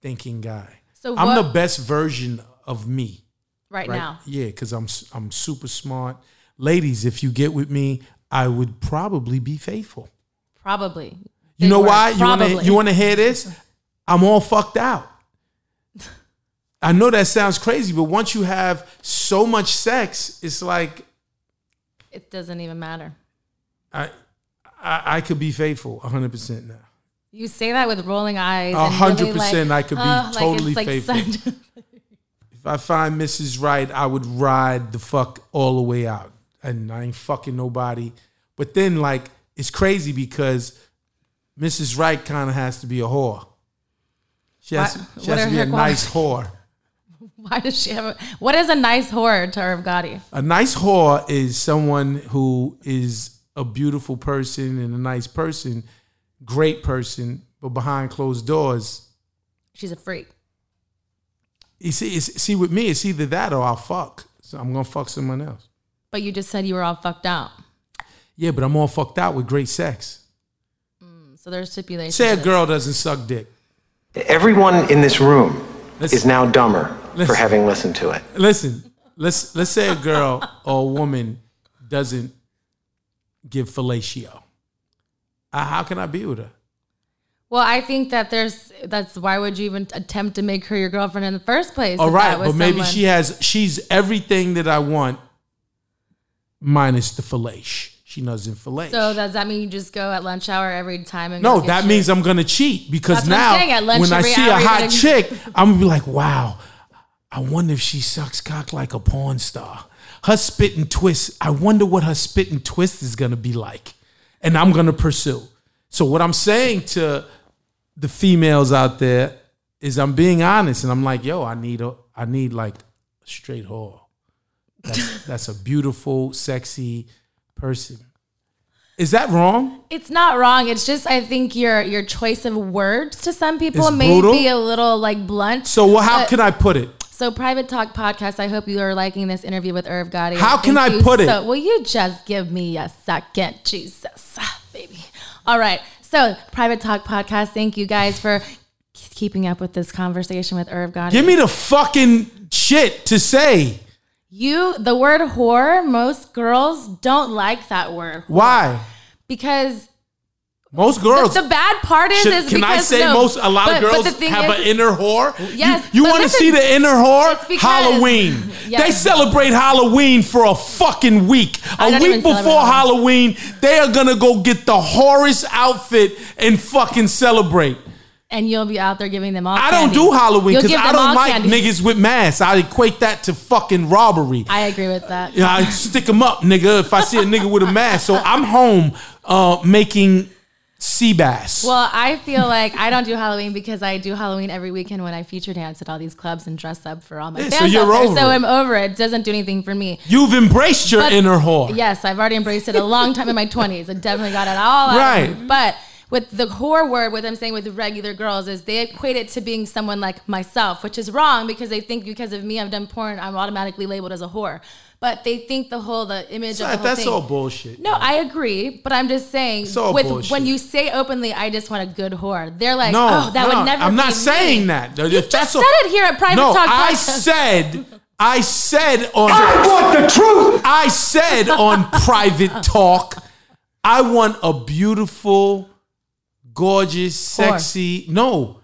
[SPEAKER 2] thinking guy.
[SPEAKER 1] So
[SPEAKER 2] I'm
[SPEAKER 1] what-
[SPEAKER 2] the best version of me
[SPEAKER 1] right,
[SPEAKER 2] right
[SPEAKER 1] now.
[SPEAKER 2] Yeah, because I'm s- I'm super smart. Ladies, if you get with me, I would probably be faithful.
[SPEAKER 1] Probably.
[SPEAKER 2] You
[SPEAKER 1] Big
[SPEAKER 2] know
[SPEAKER 1] word,
[SPEAKER 2] why? You want
[SPEAKER 1] probably.
[SPEAKER 2] to you want to hear this? I'm all fucked out. I know that sounds crazy, but once you have so much sex, it's like
[SPEAKER 1] It doesn't even matter.
[SPEAKER 2] I I, I could be faithful 100 percent now.
[SPEAKER 1] You say that with rolling eyes.
[SPEAKER 2] A
[SPEAKER 1] and
[SPEAKER 2] hundred
[SPEAKER 1] really, like,
[SPEAKER 2] percent, I could be
[SPEAKER 1] "Ugh,"
[SPEAKER 2] totally
[SPEAKER 1] like it's like
[SPEAKER 2] faithful. If I find Mrs. Right, I would ride the fuck all the way out, and I ain't fucking nobody. But then, like, it's crazy because Mrs. Right kind of has to be a whore. She has,
[SPEAKER 1] Why-
[SPEAKER 2] she
[SPEAKER 1] what
[SPEAKER 2] has
[SPEAKER 1] are
[SPEAKER 2] to be
[SPEAKER 1] her
[SPEAKER 2] a nice whore.
[SPEAKER 1] Why does she have a, what is a nice horror to Irv Gotti?
[SPEAKER 2] A nice whore is someone who is a beautiful person and a nice person, great person, but behind closed doors.
[SPEAKER 1] She's a freak.
[SPEAKER 2] You see, it's, see, with me, it's either that or I'll fuck. So I'm gonna fuck someone else.
[SPEAKER 1] But you just said you were all fucked out.
[SPEAKER 2] Yeah, but I'm all fucked out with great sex.
[SPEAKER 1] So there's stipulations.
[SPEAKER 2] Say a
[SPEAKER 1] to-
[SPEAKER 2] girl doesn't suck dick.
[SPEAKER 4] Everyone in this room
[SPEAKER 2] Listen.
[SPEAKER 4] is now dumber for
[SPEAKER 2] Listen.
[SPEAKER 4] having listened to it.
[SPEAKER 2] Listen, let's let's say a girl or a woman doesn't give fellatio. Uh, how can I be with her?
[SPEAKER 1] Well, I think that there's that's why would you even attempt to make her your girlfriend in the first place?
[SPEAKER 2] All
[SPEAKER 1] if
[SPEAKER 2] Oh, right,
[SPEAKER 1] that was
[SPEAKER 2] but maybe
[SPEAKER 1] someone-
[SPEAKER 2] she has she's everything that I want minus the fellation. She doesn't fillet.
[SPEAKER 1] So does that mean you just go at lunch hour every time? And
[SPEAKER 2] No,
[SPEAKER 1] go get
[SPEAKER 2] that
[SPEAKER 1] your-
[SPEAKER 2] means I'm gonna cheat because
[SPEAKER 1] That's what I'm
[SPEAKER 2] now
[SPEAKER 1] saying, at lunch
[SPEAKER 2] when I
[SPEAKER 1] every
[SPEAKER 2] see a
[SPEAKER 1] hour, you
[SPEAKER 2] hot
[SPEAKER 1] gotta-
[SPEAKER 2] chick, I'm gonna be like, wow, I wonder if she sucks cock like a porn star. Her spit and twist, I wonder what her spit and twist is gonna be like. And I'm gonna pursue. So what I'm saying to the females out there is I'm being honest and I'm like, yo, I need a I need like a straight whore. That's that's a beautiful, sexy person. Is that wrong?
[SPEAKER 1] It's not wrong. It's just I think your your choice of words to some people
[SPEAKER 2] It's
[SPEAKER 1] may
[SPEAKER 2] brutal.
[SPEAKER 1] be a little like blunt.
[SPEAKER 2] So well, how
[SPEAKER 1] But-
[SPEAKER 2] can I put it?
[SPEAKER 1] So private talk podcast. I hope you are liking this interview with Irv Gotti.
[SPEAKER 2] How can
[SPEAKER 1] Thank
[SPEAKER 2] I
[SPEAKER 1] you
[SPEAKER 2] put it?
[SPEAKER 1] So will you just give me a second, Jesus, Ah, baby? All right. So private talk podcast. Thank you guys for keeping up with this conversation with Irv Gotti.
[SPEAKER 2] Give me the fucking shit to say.
[SPEAKER 1] you the word whore. Most girls don't like that word
[SPEAKER 2] Why?
[SPEAKER 1] because
[SPEAKER 2] Most girls.
[SPEAKER 1] the bad part is
[SPEAKER 2] should-
[SPEAKER 1] is
[SPEAKER 2] can I
[SPEAKER 1] because,
[SPEAKER 2] say
[SPEAKER 1] no,
[SPEAKER 2] most? A lot
[SPEAKER 1] but-
[SPEAKER 2] of
[SPEAKER 1] but
[SPEAKER 2] girls
[SPEAKER 1] the thing
[SPEAKER 2] have
[SPEAKER 1] is-
[SPEAKER 2] an inner whore.
[SPEAKER 1] Yes,
[SPEAKER 2] You,
[SPEAKER 1] but
[SPEAKER 2] want to
[SPEAKER 1] listen,
[SPEAKER 2] see the inner whore?
[SPEAKER 1] it's because-
[SPEAKER 2] Halloween.
[SPEAKER 1] Yes.
[SPEAKER 2] They celebrate Halloween for a fucking week.
[SPEAKER 1] I
[SPEAKER 2] A
[SPEAKER 1] don't
[SPEAKER 2] week
[SPEAKER 1] even celebrate
[SPEAKER 2] before Halloween, they are gonna go get the horrorest outfit and fucking celebrate.
[SPEAKER 1] and you'll be out there giving them all.
[SPEAKER 2] I don't
[SPEAKER 1] candy.
[SPEAKER 2] do Halloween
[SPEAKER 1] You'll
[SPEAKER 2] because
[SPEAKER 1] give
[SPEAKER 2] I
[SPEAKER 1] them all
[SPEAKER 2] don't like
[SPEAKER 1] candy.
[SPEAKER 2] niggas with masks. I equate that to fucking robbery.
[SPEAKER 1] I agree with that.
[SPEAKER 2] Yeah, I stick them up, nigga. If I see a nigga with a mask, so I'm home uh, making sea bass.
[SPEAKER 1] Well, I feel like I don't do Halloween because I do Halloween every weekend when I feature dance at all these clubs and dress up for all my
[SPEAKER 2] Yeah, so
[SPEAKER 1] fans. out
[SPEAKER 2] you're
[SPEAKER 1] there.
[SPEAKER 2] over
[SPEAKER 1] so
[SPEAKER 2] it.
[SPEAKER 1] I'm over it. It doesn't do anything for me.
[SPEAKER 2] You've embraced your
[SPEAKER 1] But-
[SPEAKER 2] inner whore.
[SPEAKER 1] Yes, I've already embraced it a long time in my 20s. I definitely got it all out.
[SPEAKER 2] Right.
[SPEAKER 1] But with the whore word, what I'm saying with regular girls is they equate it to being someone like myself, which is wrong because they think because of me I've done porn, I'm automatically labeled as a whore. But they think the whole the image of the
[SPEAKER 2] That-
[SPEAKER 1] whole
[SPEAKER 2] that's
[SPEAKER 1] thing.
[SPEAKER 2] all bullshit.
[SPEAKER 1] No, I agree, but I'm just saying
[SPEAKER 2] all
[SPEAKER 1] with
[SPEAKER 2] bullshit.
[SPEAKER 1] when you say openly, I just want a good whore. They're like,
[SPEAKER 2] no,
[SPEAKER 1] oh, that
[SPEAKER 2] no,
[SPEAKER 1] would never.
[SPEAKER 2] I'm
[SPEAKER 1] be
[SPEAKER 2] not
[SPEAKER 1] me."
[SPEAKER 2] saying that. You
[SPEAKER 1] just said it here at Private
[SPEAKER 2] no,
[SPEAKER 1] Talk
[SPEAKER 2] I
[SPEAKER 1] Podcast. Ah!
[SPEAKER 2] said, I said on,
[SPEAKER 3] I want the truth.
[SPEAKER 2] I said on private talk, I want a beautiful, gorgeous, sexy, no,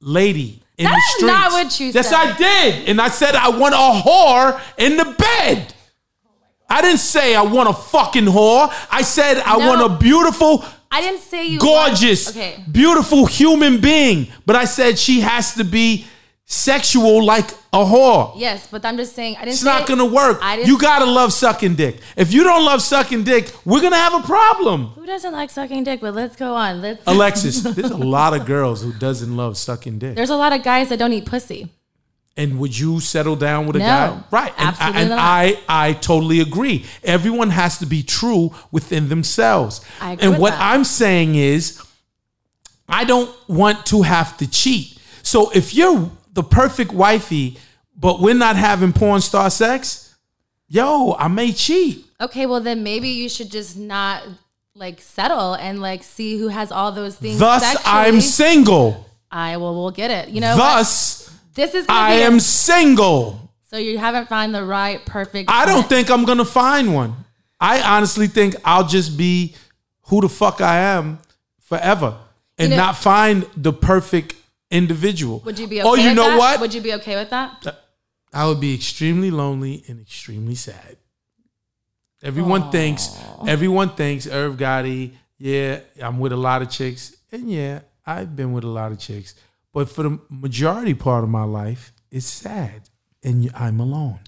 [SPEAKER 2] lady. In
[SPEAKER 1] That
[SPEAKER 2] the
[SPEAKER 1] is not
[SPEAKER 2] streets.
[SPEAKER 1] what you
[SPEAKER 2] yes,
[SPEAKER 1] said.
[SPEAKER 2] I did. And I said I want a whore in the bed. I didn't say I want a fucking whore. I said I
[SPEAKER 1] No.
[SPEAKER 2] want a beautiful,
[SPEAKER 1] I didn't say you
[SPEAKER 2] gorgeous,
[SPEAKER 1] Want, okay,
[SPEAKER 2] beautiful human being. But I said she has to be sexual like a whore.
[SPEAKER 1] yes, but I'm just saying I didn't.
[SPEAKER 2] It's
[SPEAKER 1] say
[SPEAKER 2] not gonna work.
[SPEAKER 1] I didn't-
[SPEAKER 2] You gotta love sucking dick. If you don't love sucking dick, we're gonna have a problem.
[SPEAKER 1] Who doesn't like sucking dick? But let's go on. Let's.
[SPEAKER 2] Alexis, there's a lot of girls who doesn't love sucking dick.
[SPEAKER 1] There's a lot of guys that don't eat pussy.
[SPEAKER 2] And would you settle down with a
[SPEAKER 1] No,
[SPEAKER 2] guy? Right. And,
[SPEAKER 1] absolutely
[SPEAKER 2] I, and
[SPEAKER 1] not.
[SPEAKER 2] I I totally agree. Everyone has to be true within themselves.
[SPEAKER 1] I agree
[SPEAKER 2] and
[SPEAKER 1] with
[SPEAKER 2] what
[SPEAKER 1] that.
[SPEAKER 2] I'm saying is I don't want to have to cheat. So if you're the perfect wifey, but we're not having porn star sex, yo, I may cheat.
[SPEAKER 1] Okay, well then maybe you should just not like settle and like see who has all those things.
[SPEAKER 2] Thus
[SPEAKER 1] sexually.
[SPEAKER 2] I'm single.
[SPEAKER 1] I will. We'll get it. You know. what?
[SPEAKER 2] Thus
[SPEAKER 1] this is. Gonna
[SPEAKER 2] I
[SPEAKER 1] be a-
[SPEAKER 2] am single.
[SPEAKER 1] So you haven't found the right perfect.
[SPEAKER 2] I don't
[SPEAKER 1] match.
[SPEAKER 2] think I'm gonna find one. I honestly think I'll just be who the fuck I am forever and
[SPEAKER 1] You know-
[SPEAKER 2] not find the perfect individual.
[SPEAKER 1] Would you be okay?
[SPEAKER 2] Oh, you
[SPEAKER 1] with
[SPEAKER 2] know
[SPEAKER 1] that?
[SPEAKER 2] what?
[SPEAKER 1] Would you be okay with that?
[SPEAKER 2] I would be extremely lonely and extremely sad. Everyone thinks. Everyone thinks Irv Gotti. Yeah, I'm with a lot of chicks, and yeah, I've been with a lot of chicks. But for the majority part of my life, it's sad, and I'm alone.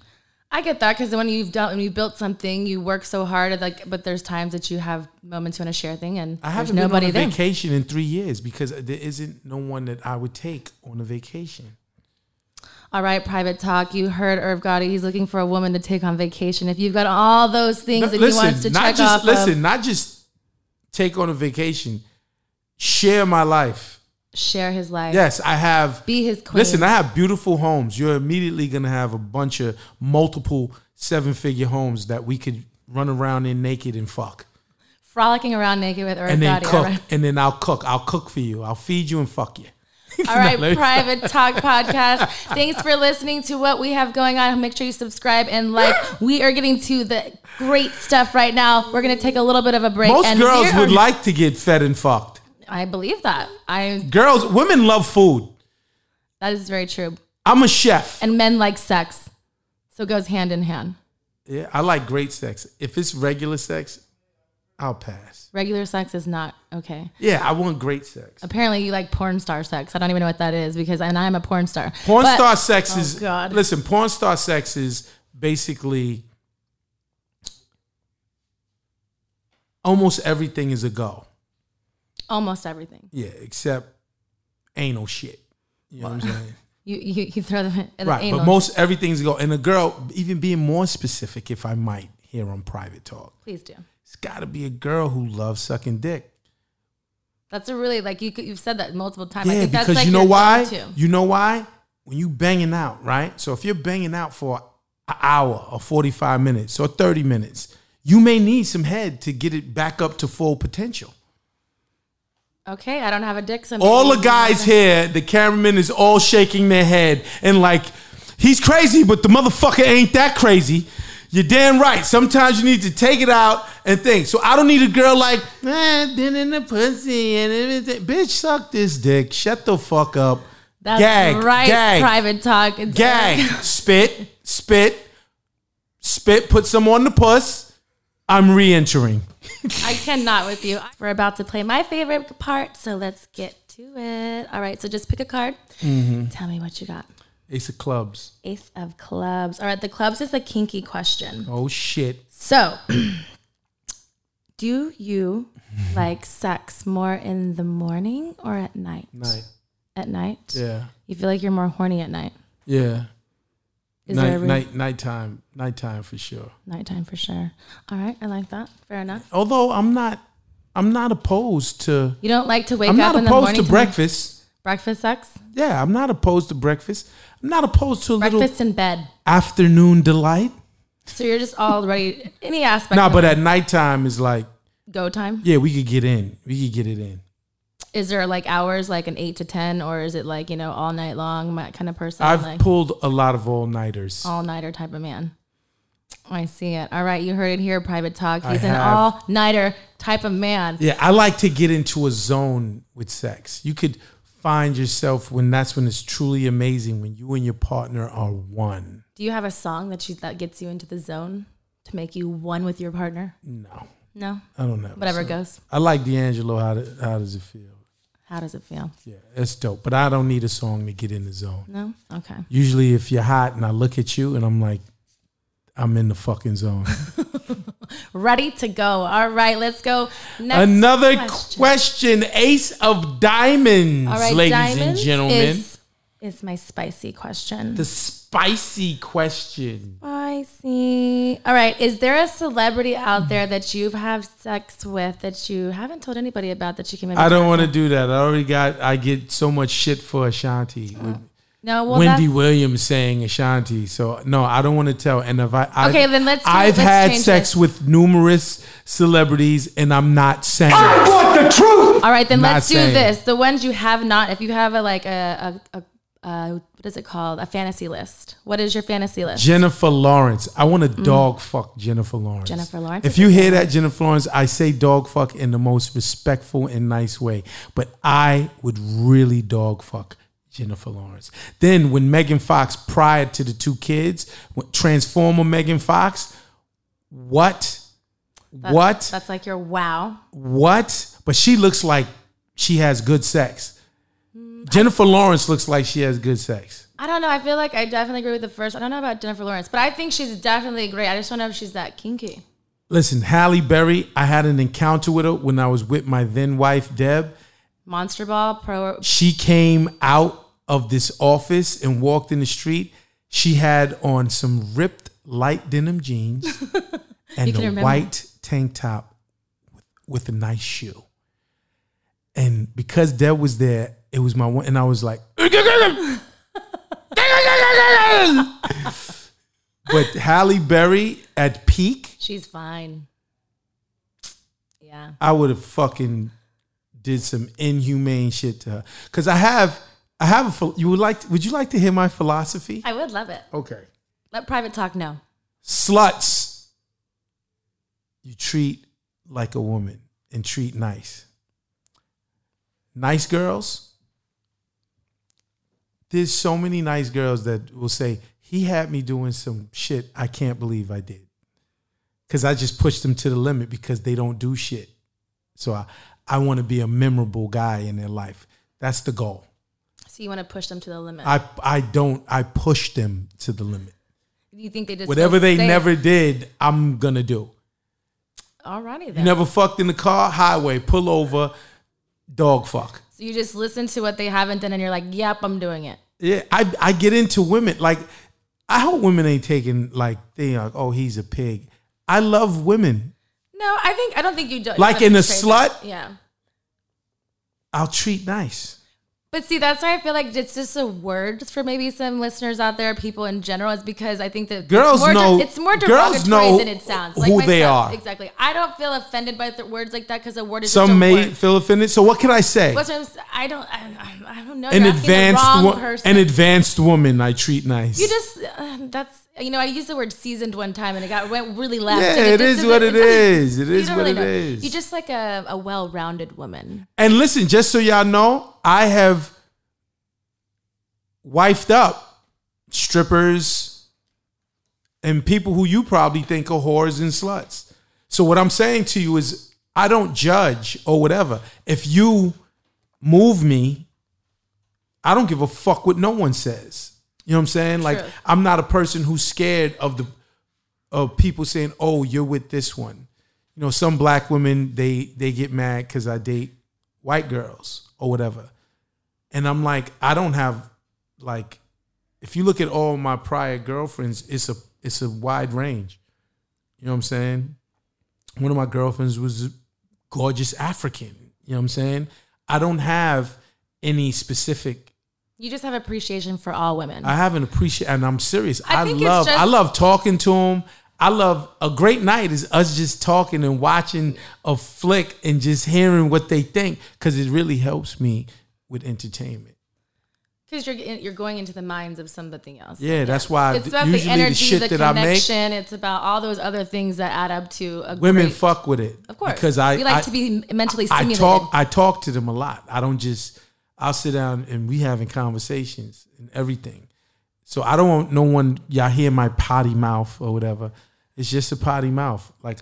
[SPEAKER 1] I get that because when you've done, when you built something, you work so hard. and, Like, but there's times that you have moments you want to share thing, and
[SPEAKER 2] I
[SPEAKER 1] there's
[SPEAKER 2] haven't
[SPEAKER 1] nobody
[SPEAKER 2] been on
[SPEAKER 1] there.
[SPEAKER 2] a vacation in three years because there isn't no one that I would take on a vacation.
[SPEAKER 1] All right, private talk. You heard Irv Gotti. He's looking for a woman to take on vacation. If you've got all those things that he wants to
[SPEAKER 2] not
[SPEAKER 1] check
[SPEAKER 2] just
[SPEAKER 1] off,
[SPEAKER 2] listen,
[SPEAKER 1] of,
[SPEAKER 2] not just take on a vacation. Share my life.
[SPEAKER 1] share his life.
[SPEAKER 2] Yes, I have.
[SPEAKER 1] Be his queen.
[SPEAKER 2] Listen, I have beautiful homes. You're immediately gonna have a bunch of multiple seven-figure homes that we could run around in naked and fuck,
[SPEAKER 1] frolicking around naked with Irv
[SPEAKER 2] and then
[SPEAKER 1] Gotti. all
[SPEAKER 2] cook,
[SPEAKER 1] right.
[SPEAKER 2] and then I'll cook. I'll cook for you. I'll feed you and fuck you.
[SPEAKER 1] All right,
[SPEAKER 2] let me-
[SPEAKER 1] Private Talk Podcast. Thanks for listening to what we have going on. Make sure you subscribe and like. We are getting to the great stuff right now. We're going to take a little bit of a break.
[SPEAKER 2] Most
[SPEAKER 1] and
[SPEAKER 2] girls
[SPEAKER 1] here
[SPEAKER 2] would
[SPEAKER 1] are-
[SPEAKER 2] like to get fed and fucked.
[SPEAKER 1] I believe that. I
[SPEAKER 2] Girls, women love food.
[SPEAKER 1] that is very true.
[SPEAKER 2] I'm a chef.
[SPEAKER 1] And men like sex, so it goes hand in hand.
[SPEAKER 2] Yeah, I like great sex. If it's regular sex, I'll pass.
[SPEAKER 1] Regular sex is not okay.
[SPEAKER 2] Yeah, I want great sex.
[SPEAKER 1] Apparently, you like porn star sex. I don't even know what that is because, and I'm a porn star.
[SPEAKER 2] Porn
[SPEAKER 1] But-
[SPEAKER 2] star sex is
[SPEAKER 1] God.
[SPEAKER 2] listen. Porn star sex is basically almost everything is a go.
[SPEAKER 1] Almost everything.
[SPEAKER 2] Yeah, except anal shit. You know what I'm saying?
[SPEAKER 1] You you, you throw them in
[SPEAKER 2] Right,
[SPEAKER 1] anal.
[SPEAKER 2] but most everything's a go. And a girl, even being more specific, if I might, here on private talk,
[SPEAKER 1] Please do.
[SPEAKER 2] it's got to be a girl who loves sucking dick.
[SPEAKER 1] That's a really like you. could- You've said that multiple times. I
[SPEAKER 2] Yeah,
[SPEAKER 1] think that's
[SPEAKER 2] because
[SPEAKER 1] like
[SPEAKER 2] you know
[SPEAKER 1] your
[SPEAKER 2] why?
[SPEAKER 1] go-to.
[SPEAKER 2] You know why? When you banging out, right? So if you're banging out for an hour or 45 minutes or 30 minutes, you may need some head to get it back up to full potential.
[SPEAKER 1] Okay, I don't have a dick. So
[SPEAKER 2] All
[SPEAKER 1] maybe-
[SPEAKER 2] the guys here, the cameraman is all shaking their head and like, he's crazy, but the motherfucker ain't that crazy. You're damn right. Sometimes you need to take it out and think. So I don't need a girl like, eh, been in the pussy and everything. Bitch, suck this dick. Shut the fuck up.
[SPEAKER 1] That's
[SPEAKER 2] gag,
[SPEAKER 1] right.
[SPEAKER 2] gag,
[SPEAKER 1] Private talk. It's
[SPEAKER 2] gag, spit, spit, spit, put some on the puss. I'm re entering.
[SPEAKER 1] I cannot with you. We're about to play my favorite part, so let's get to it. All right, so just pick a card.
[SPEAKER 2] Mm-hmm.
[SPEAKER 1] Tell me what you got.
[SPEAKER 2] Ace of clubs.
[SPEAKER 1] Ace of clubs. All right, the clubs is a kinky question.
[SPEAKER 2] Oh shit.
[SPEAKER 1] So, do you like sex more in the morning or at night?
[SPEAKER 2] Night.
[SPEAKER 1] At night?
[SPEAKER 2] Yeah.
[SPEAKER 1] You feel like you're more horny at night?
[SPEAKER 2] Yeah.
[SPEAKER 1] Is
[SPEAKER 2] night,
[SPEAKER 1] there a night
[SPEAKER 2] night, nighttime, nighttime for sure.
[SPEAKER 1] nighttime for sure? All right, I like that. Fair enough.
[SPEAKER 2] Although I'm not, I'm not opposed to.
[SPEAKER 1] You don't like to wake
[SPEAKER 2] I'm
[SPEAKER 1] up
[SPEAKER 2] not
[SPEAKER 1] in the
[SPEAKER 2] opposed
[SPEAKER 1] morning
[SPEAKER 2] to
[SPEAKER 1] to-
[SPEAKER 2] breakfast.
[SPEAKER 1] breakfast sex?
[SPEAKER 2] Yeah, I'm not opposed to breakfast. I'm not opposed to a little
[SPEAKER 1] Breakfast in bed.
[SPEAKER 2] afternoon delight.
[SPEAKER 1] So you're just already any aspect.
[SPEAKER 2] Nah,
[SPEAKER 1] of
[SPEAKER 2] but uh, at nighttime is like,
[SPEAKER 1] go time.
[SPEAKER 2] yeah, we could get in. We could get it in.
[SPEAKER 1] Is there like hours, like an eight to ten, or is it like you know all night long, that kind of person,
[SPEAKER 2] I've
[SPEAKER 1] like
[SPEAKER 2] pulled a lot of all nighters.
[SPEAKER 1] all nighter type of man? I see it. All right, you heard it here. Private talk.
[SPEAKER 2] I
[SPEAKER 1] He's an
[SPEAKER 2] have.
[SPEAKER 1] all nighter type of man.
[SPEAKER 2] Yeah, I like to get into a zone with sex. You could find yourself when that's when it's truly amazing when you and your partner are one.
[SPEAKER 1] Do you have a song that you that gets you into the zone to make you one with your partner?
[SPEAKER 2] No,
[SPEAKER 1] No,
[SPEAKER 2] I don't know.
[SPEAKER 1] whatever
[SPEAKER 2] So,
[SPEAKER 1] goes.
[SPEAKER 2] I like D'Angelo. How, do, how does it feel?
[SPEAKER 1] How does it feel?
[SPEAKER 2] Yeah, that's dope. But I don't need a song to get in the zone.
[SPEAKER 1] No, okay.
[SPEAKER 2] Usually, if you're hot and I look at you and I'm like, I'm in the fucking zone.
[SPEAKER 1] Ready to go. All right, let's go. Next
[SPEAKER 2] Another
[SPEAKER 1] question.
[SPEAKER 2] question. Ace of diamonds, ladies and gentlemen.
[SPEAKER 1] Is, is my spicy question.
[SPEAKER 2] the spicy question.
[SPEAKER 1] spicy. All right. Is there a celebrity out there that you've had sex with that you haven't told anybody about that you can? Maybe
[SPEAKER 2] I don't want to do that. I already got. I get so much shit for Ashanti. with
[SPEAKER 1] No. Well,
[SPEAKER 2] Wendy
[SPEAKER 1] that's-
[SPEAKER 2] Williams saying Ashanti. So no, I don't want to tell. And if I, I
[SPEAKER 1] Okay, then let's do-
[SPEAKER 2] I've
[SPEAKER 1] let's
[SPEAKER 2] had
[SPEAKER 1] change
[SPEAKER 2] sex
[SPEAKER 1] this.
[SPEAKER 2] with numerous celebrities, and I'm not saying.
[SPEAKER 3] I want the truth.
[SPEAKER 1] All right. Then
[SPEAKER 2] Not
[SPEAKER 1] let's do
[SPEAKER 2] saying.
[SPEAKER 1] this. The ones you have not. If you have a like a. a, a uh, what is it called? A fantasy list. What is your fantasy list?
[SPEAKER 2] Jennifer Lawrence. I want to dog fuck Jennifer Lawrence.
[SPEAKER 1] Mm. Jennifer Lawrence
[SPEAKER 2] If
[SPEAKER 1] is
[SPEAKER 2] you hear that, Jennifer Lawrence, I say dog fuck in the most respectful and nice way, but I would really dog fuck Jennifer Lawrence. Then when Megan Fox, prior to the two kids, when- Transformer Megan Fox, what?
[SPEAKER 1] That's-
[SPEAKER 2] what?
[SPEAKER 1] That's like your wow.
[SPEAKER 2] what? But she looks like she has good sex.
[SPEAKER 1] Mm,
[SPEAKER 2] Jennifer Lawrence looks like she has good sex.
[SPEAKER 1] I don't know. I feel like I definitely agree with the first. I don't know about Jennifer Lawrence, but I think she's definitely great. I just don't know if she's that kinky.
[SPEAKER 2] Listen, Halle Berry, I had an encounter with her when I was with my then wife, Deb.
[SPEAKER 1] Monster Ball, pro.
[SPEAKER 2] She came out of this office and walked in the street. She had on some ripped light denim jeans and
[SPEAKER 1] can
[SPEAKER 2] a
[SPEAKER 1] remember.
[SPEAKER 2] white tank top with, with a nice shoe. And because Deb was there, it was my one, and I was like, but Halle Berry at peak,
[SPEAKER 1] She's fine. Yeah.
[SPEAKER 2] I would have fucking did some inhumane shit to her. Cause I have, I have a. phil- You would like? Would you like to hear my philosophy?
[SPEAKER 1] I would love it.
[SPEAKER 2] Okay.
[SPEAKER 1] Let private talk know.
[SPEAKER 2] Sluts, you treat like a woman and treat nice. Nice girls. There's so many nice girls that will say, "He had me doing some shit I can't believe I did." because I just push them to the limit because they don't do shit. So I, I want to be a memorable guy in their life. That's the goal.
[SPEAKER 1] So you want to push them to the limit.
[SPEAKER 2] I, I don't, I push them to the limit.
[SPEAKER 1] you think they just
[SPEAKER 2] Whatever
[SPEAKER 1] feel
[SPEAKER 2] they
[SPEAKER 1] safe?
[SPEAKER 2] never did, I'm going to do.
[SPEAKER 1] Alrighty then.
[SPEAKER 2] You never fucked in the car, highway, pull over, dog fuck.
[SPEAKER 1] so you just listen to what they haven't done, and you're like, "Yep, I'm doing it."
[SPEAKER 2] Yeah, I I get into women like I hope women ain't taking like they like oh he's a pig. I love women.
[SPEAKER 1] No, I think I don't think you do. you
[SPEAKER 2] Like
[SPEAKER 1] gotta
[SPEAKER 2] in a
[SPEAKER 1] portray that.
[SPEAKER 2] slut?
[SPEAKER 1] Yeah.
[SPEAKER 2] I'll treat nice.
[SPEAKER 1] But see, that's why I feel like it's just a word for maybe some listeners out there, people in general. It's because I think that it's
[SPEAKER 2] Girls
[SPEAKER 1] more, de-
[SPEAKER 2] know-
[SPEAKER 1] it's more derogatory
[SPEAKER 2] girls know
[SPEAKER 1] than it sounds.
[SPEAKER 2] who they are.
[SPEAKER 1] Exactly. I don't feel offended by th- words like that because a word is just a
[SPEAKER 2] Some may
[SPEAKER 1] word.
[SPEAKER 2] feel offended. So what can I say?
[SPEAKER 1] What's what I'm, s- I don't. I, I don't know. You're asking
[SPEAKER 2] an
[SPEAKER 1] the
[SPEAKER 2] advanced
[SPEAKER 1] wrong
[SPEAKER 2] wo-
[SPEAKER 1] person.
[SPEAKER 2] an advanced woman I treat nice.
[SPEAKER 1] you just uh, that's you know I used the word seasoned one time and it got went really left.
[SPEAKER 2] Yeah,
[SPEAKER 1] and
[SPEAKER 2] it
[SPEAKER 1] just
[SPEAKER 2] is what
[SPEAKER 1] doesn't-
[SPEAKER 2] it
[SPEAKER 1] doesn't-
[SPEAKER 2] is. It
[SPEAKER 1] you
[SPEAKER 2] is
[SPEAKER 1] don't
[SPEAKER 2] what
[SPEAKER 1] really know.
[SPEAKER 2] it is.
[SPEAKER 1] You just like a, a well-rounded woman.
[SPEAKER 2] and listen, just so y'all know, I have wifed up strippers and people who you probably think are whores and sluts. So what I'm saying to you is I don't judge or whatever. If you move me, I don't give a fuck what no one says. You know what I'm saying? Like
[SPEAKER 1] True.
[SPEAKER 2] I'm not a person who's scared of the of people saying, "Oh, you're with this one." You know, some black women they they get mad cuz I date white girls or whatever. And I'm like, I don't have like if you look at all my prior girlfriends, it's a it's a wide range. You know what I'm saying? One of my girlfriends was a gorgeous African. You know what I'm saying? I don't have any specific.
[SPEAKER 1] You just have appreciation for all women.
[SPEAKER 2] I have an appreciation, and I'm serious.
[SPEAKER 1] I
[SPEAKER 2] I,
[SPEAKER 1] think it's
[SPEAKER 2] love
[SPEAKER 1] just-
[SPEAKER 2] I love talking to them. I love a great night is us just talking and watching a flick and just hearing what they think because it really helps me with entertainment.
[SPEAKER 1] Because you're you're going into the minds of something else.
[SPEAKER 2] Yeah, that's why
[SPEAKER 1] It's about the
[SPEAKER 2] usually the,
[SPEAKER 1] energy,
[SPEAKER 2] shit
[SPEAKER 1] the
[SPEAKER 2] that I make,
[SPEAKER 1] connection. it's about all those other things that add up to a
[SPEAKER 2] women
[SPEAKER 1] great-
[SPEAKER 2] fuck with it.
[SPEAKER 1] Of course,
[SPEAKER 2] because I
[SPEAKER 1] we like
[SPEAKER 2] I-
[SPEAKER 1] to be mentally
[SPEAKER 2] I
[SPEAKER 1] stimulated.
[SPEAKER 2] talk I talk to them a lot. I don't just I'll sit down and we having conversations and everything. So I don't want no one y'all hear my potty mouth or whatever. It's just a potty mouth. Like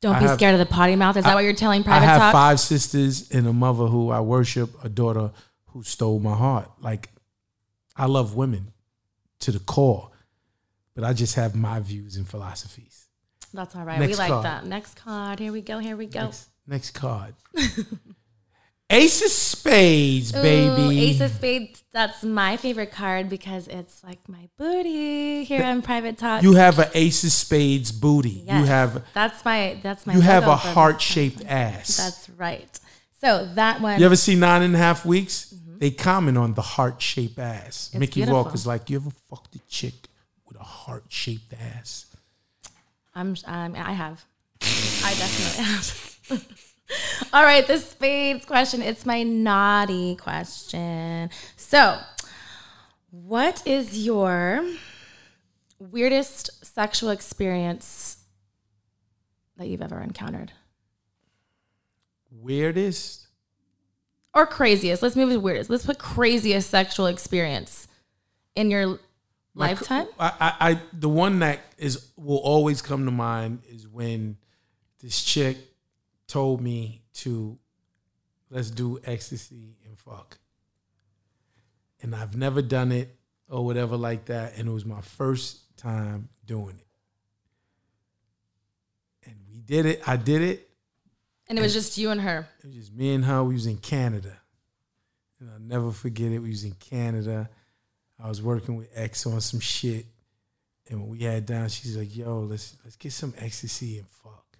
[SPEAKER 1] Don't
[SPEAKER 2] I
[SPEAKER 1] be
[SPEAKER 2] have-
[SPEAKER 1] scared of the potty mouth. Is that what you're telling private
[SPEAKER 2] I have
[SPEAKER 1] talk?
[SPEAKER 2] five sisters and a mother who I worship, a daughter who stole my heart. Like I love women to the core. But I just have my views and philosophies.
[SPEAKER 1] That's all right. we
[SPEAKER 2] Next
[SPEAKER 1] like
[SPEAKER 2] card.
[SPEAKER 1] that. Next card. Here we go. Here we go.
[SPEAKER 2] Next, next card. Ace of spades, baby.
[SPEAKER 1] Ooh, Ace of Spades. That's my favorite card because it's like my booty here on private talk.
[SPEAKER 2] You have an ace of spades booty. You
[SPEAKER 1] Yes.
[SPEAKER 2] have
[SPEAKER 1] that's my that's my
[SPEAKER 2] you have
[SPEAKER 1] logo
[SPEAKER 2] a
[SPEAKER 1] for this.
[SPEAKER 2] heart shaped ass.
[SPEAKER 1] That's right. So that one.
[SPEAKER 2] you ever see nine and a half weeks? They comment on the heart shaped ass.
[SPEAKER 1] Mm-hmm.
[SPEAKER 2] Mickey
[SPEAKER 1] beautiful.
[SPEAKER 2] Walker's like, you ever fucked a chick with a heart shaped ass?
[SPEAKER 1] I'm, um, I have. I definitely have. All right, the spades question. It's my naughty question. So, what is your weirdest sexual experience that you've ever encountered?
[SPEAKER 2] Weirdest.
[SPEAKER 1] Or craziest? Let's move to weirdest. Let's put craziest sexual experience in your
[SPEAKER 2] My cr-
[SPEAKER 1] lifetime.
[SPEAKER 2] I, I, I the one that is will always come to mind is when this chick told me to let's do ecstasy and fuck. And I've never done it or whatever like that. And it was my first time doing it. And we did it. I did it.
[SPEAKER 1] And it was just you and her.
[SPEAKER 2] It was just me and her. We was in Canada, and I'll never forget it. We was in Canada. I was working with X on some shit, and when we had down, she's like, "Yo, let's let's get some ecstasy and fuck."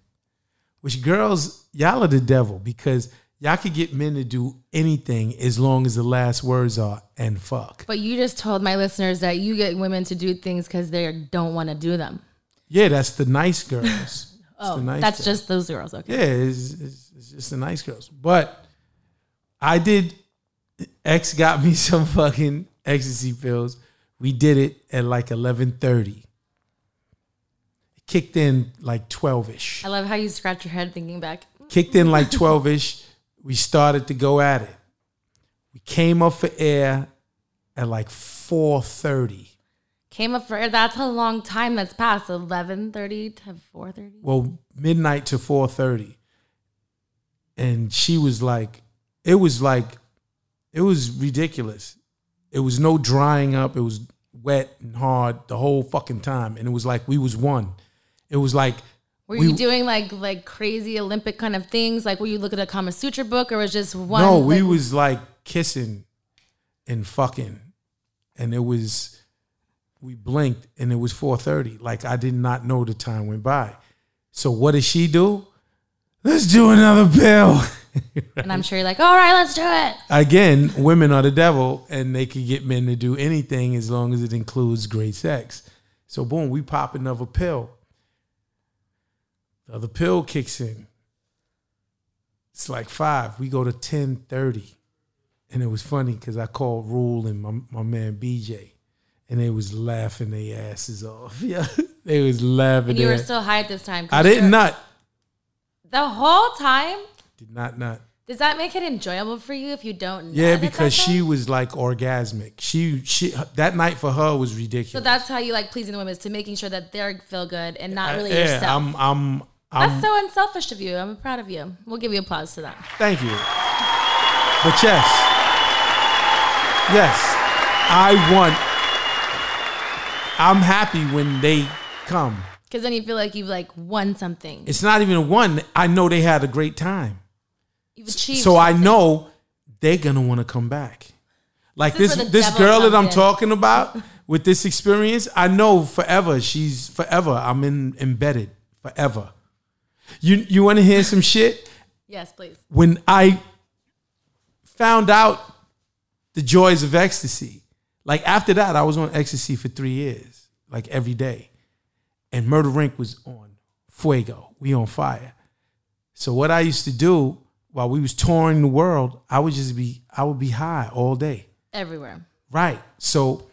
[SPEAKER 2] Which girls, y'all are the devil because y'all could get men to do anything as long as the last words are "and fuck."
[SPEAKER 1] But you just told my listeners that you get women to do things because they don't want to do them.
[SPEAKER 2] Yeah, that's the nice girls. It's
[SPEAKER 1] Oh,
[SPEAKER 2] the nice
[SPEAKER 1] that's
[SPEAKER 2] girls.
[SPEAKER 1] just those girls. Okay.
[SPEAKER 2] Yeah, it's, it's, it's just the nice girls. But I did. X got me some fucking ecstasy pills. We did it at like eleven thirty. It kicked in like twelve ish.
[SPEAKER 1] I love how you scratch your head thinking back.
[SPEAKER 2] Kicked in like twelve ish. We started to go at it. We came up for air at like four thirty.
[SPEAKER 1] Came up for air. That's a long time that's passed. Eleven thirty to four thirty.
[SPEAKER 2] well midnight to 4.30 and she was like it was like it was ridiculous it was no drying up it was wet and hard the whole fucking time and it was like we was one it was like
[SPEAKER 1] Were
[SPEAKER 2] we-
[SPEAKER 1] you doing like like crazy Olympic kind of things? Like were you looking at a Kama Sutra book or was just one?
[SPEAKER 2] no we
[SPEAKER 1] like,
[SPEAKER 2] was like kissing and fucking and it was we blinked and it was 4.30 like i did not know the time went by so what did she do let's do another pill
[SPEAKER 1] and I'm sure you're like, all right, let's do it.
[SPEAKER 2] again, women are the devil, and they can get men to do anything as long as it includes great sex. So boom, we pop another pill. The other pill kicks in. It's like five. We go to ten thirty, and it was funny because I called Rule and my my man BJ, and they was laughing their asses off. Yeah, they was laughing.
[SPEAKER 1] And you
[SPEAKER 2] their-
[SPEAKER 1] were still high at this time. 'cause
[SPEAKER 2] I didn't
[SPEAKER 1] you're-
[SPEAKER 2] nut.
[SPEAKER 1] The whole time?
[SPEAKER 2] Did not nut.
[SPEAKER 1] Does that make it enjoyable for you if you don't
[SPEAKER 2] Yeah,
[SPEAKER 1] nut at that
[SPEAKER 2] because she
[SPEAKER 1] time?
[SPEAKER 2] was like orgasmic. She she that night for her was ridiculous.
[SPEAKER 1] So that's how you like pleasing the women is to making sure that they feel good and not really
[SPEAKER 2] yeah,
[SPEAKER 1] yourself.
[SPEAKER 2] I'm I'm
[SPEAKER 1] That's
[SPEAKER 2] I'm
[SPEAKER 1] so unselfish of you. I'm proud of you. We'll give you applause to that.
[SPEAKER 2] thank you. But yes. Yes. I want I'm happy when they come.
[SPEAKER 1] Because then you feel like you've like won something.
[SPEAKER 2] It's not even a one. I know they had a great time.
[SPEAKER 1] You've achieved.
[SPEAKER 2] so I
[SPEAKER 1] something.
[SPEAKER 2] know they're gonna want to come back. Like
[SPEAKER 1] This is
[SPEAKER 2] this
[SPEAKER 1] where
[SPEAKER 2] this,
[SPEAKER 1] the devil
[SPEAKER 2] girl that
[SPEAKER 1] comes
[SPEAKER 2] I'm
[SPEAKER 1] in.
[SPEAKER 2] talking about with this experience, I know forever she's forever. I'm in embedded forever. You you want to hear some shit?
[SPEAKER 1] Yes, please.
[SPEAKER 2] When I found out the joys of ecstasy, like after that, I was on ecstasy for three years, like every day, and Murder Inc. was on fuego. We on fire. So what I used to do while we was touring the world, I would just be I would be high all day.
[SPEAKER 1] Everywhere.
[SPEAKER 2] Right. So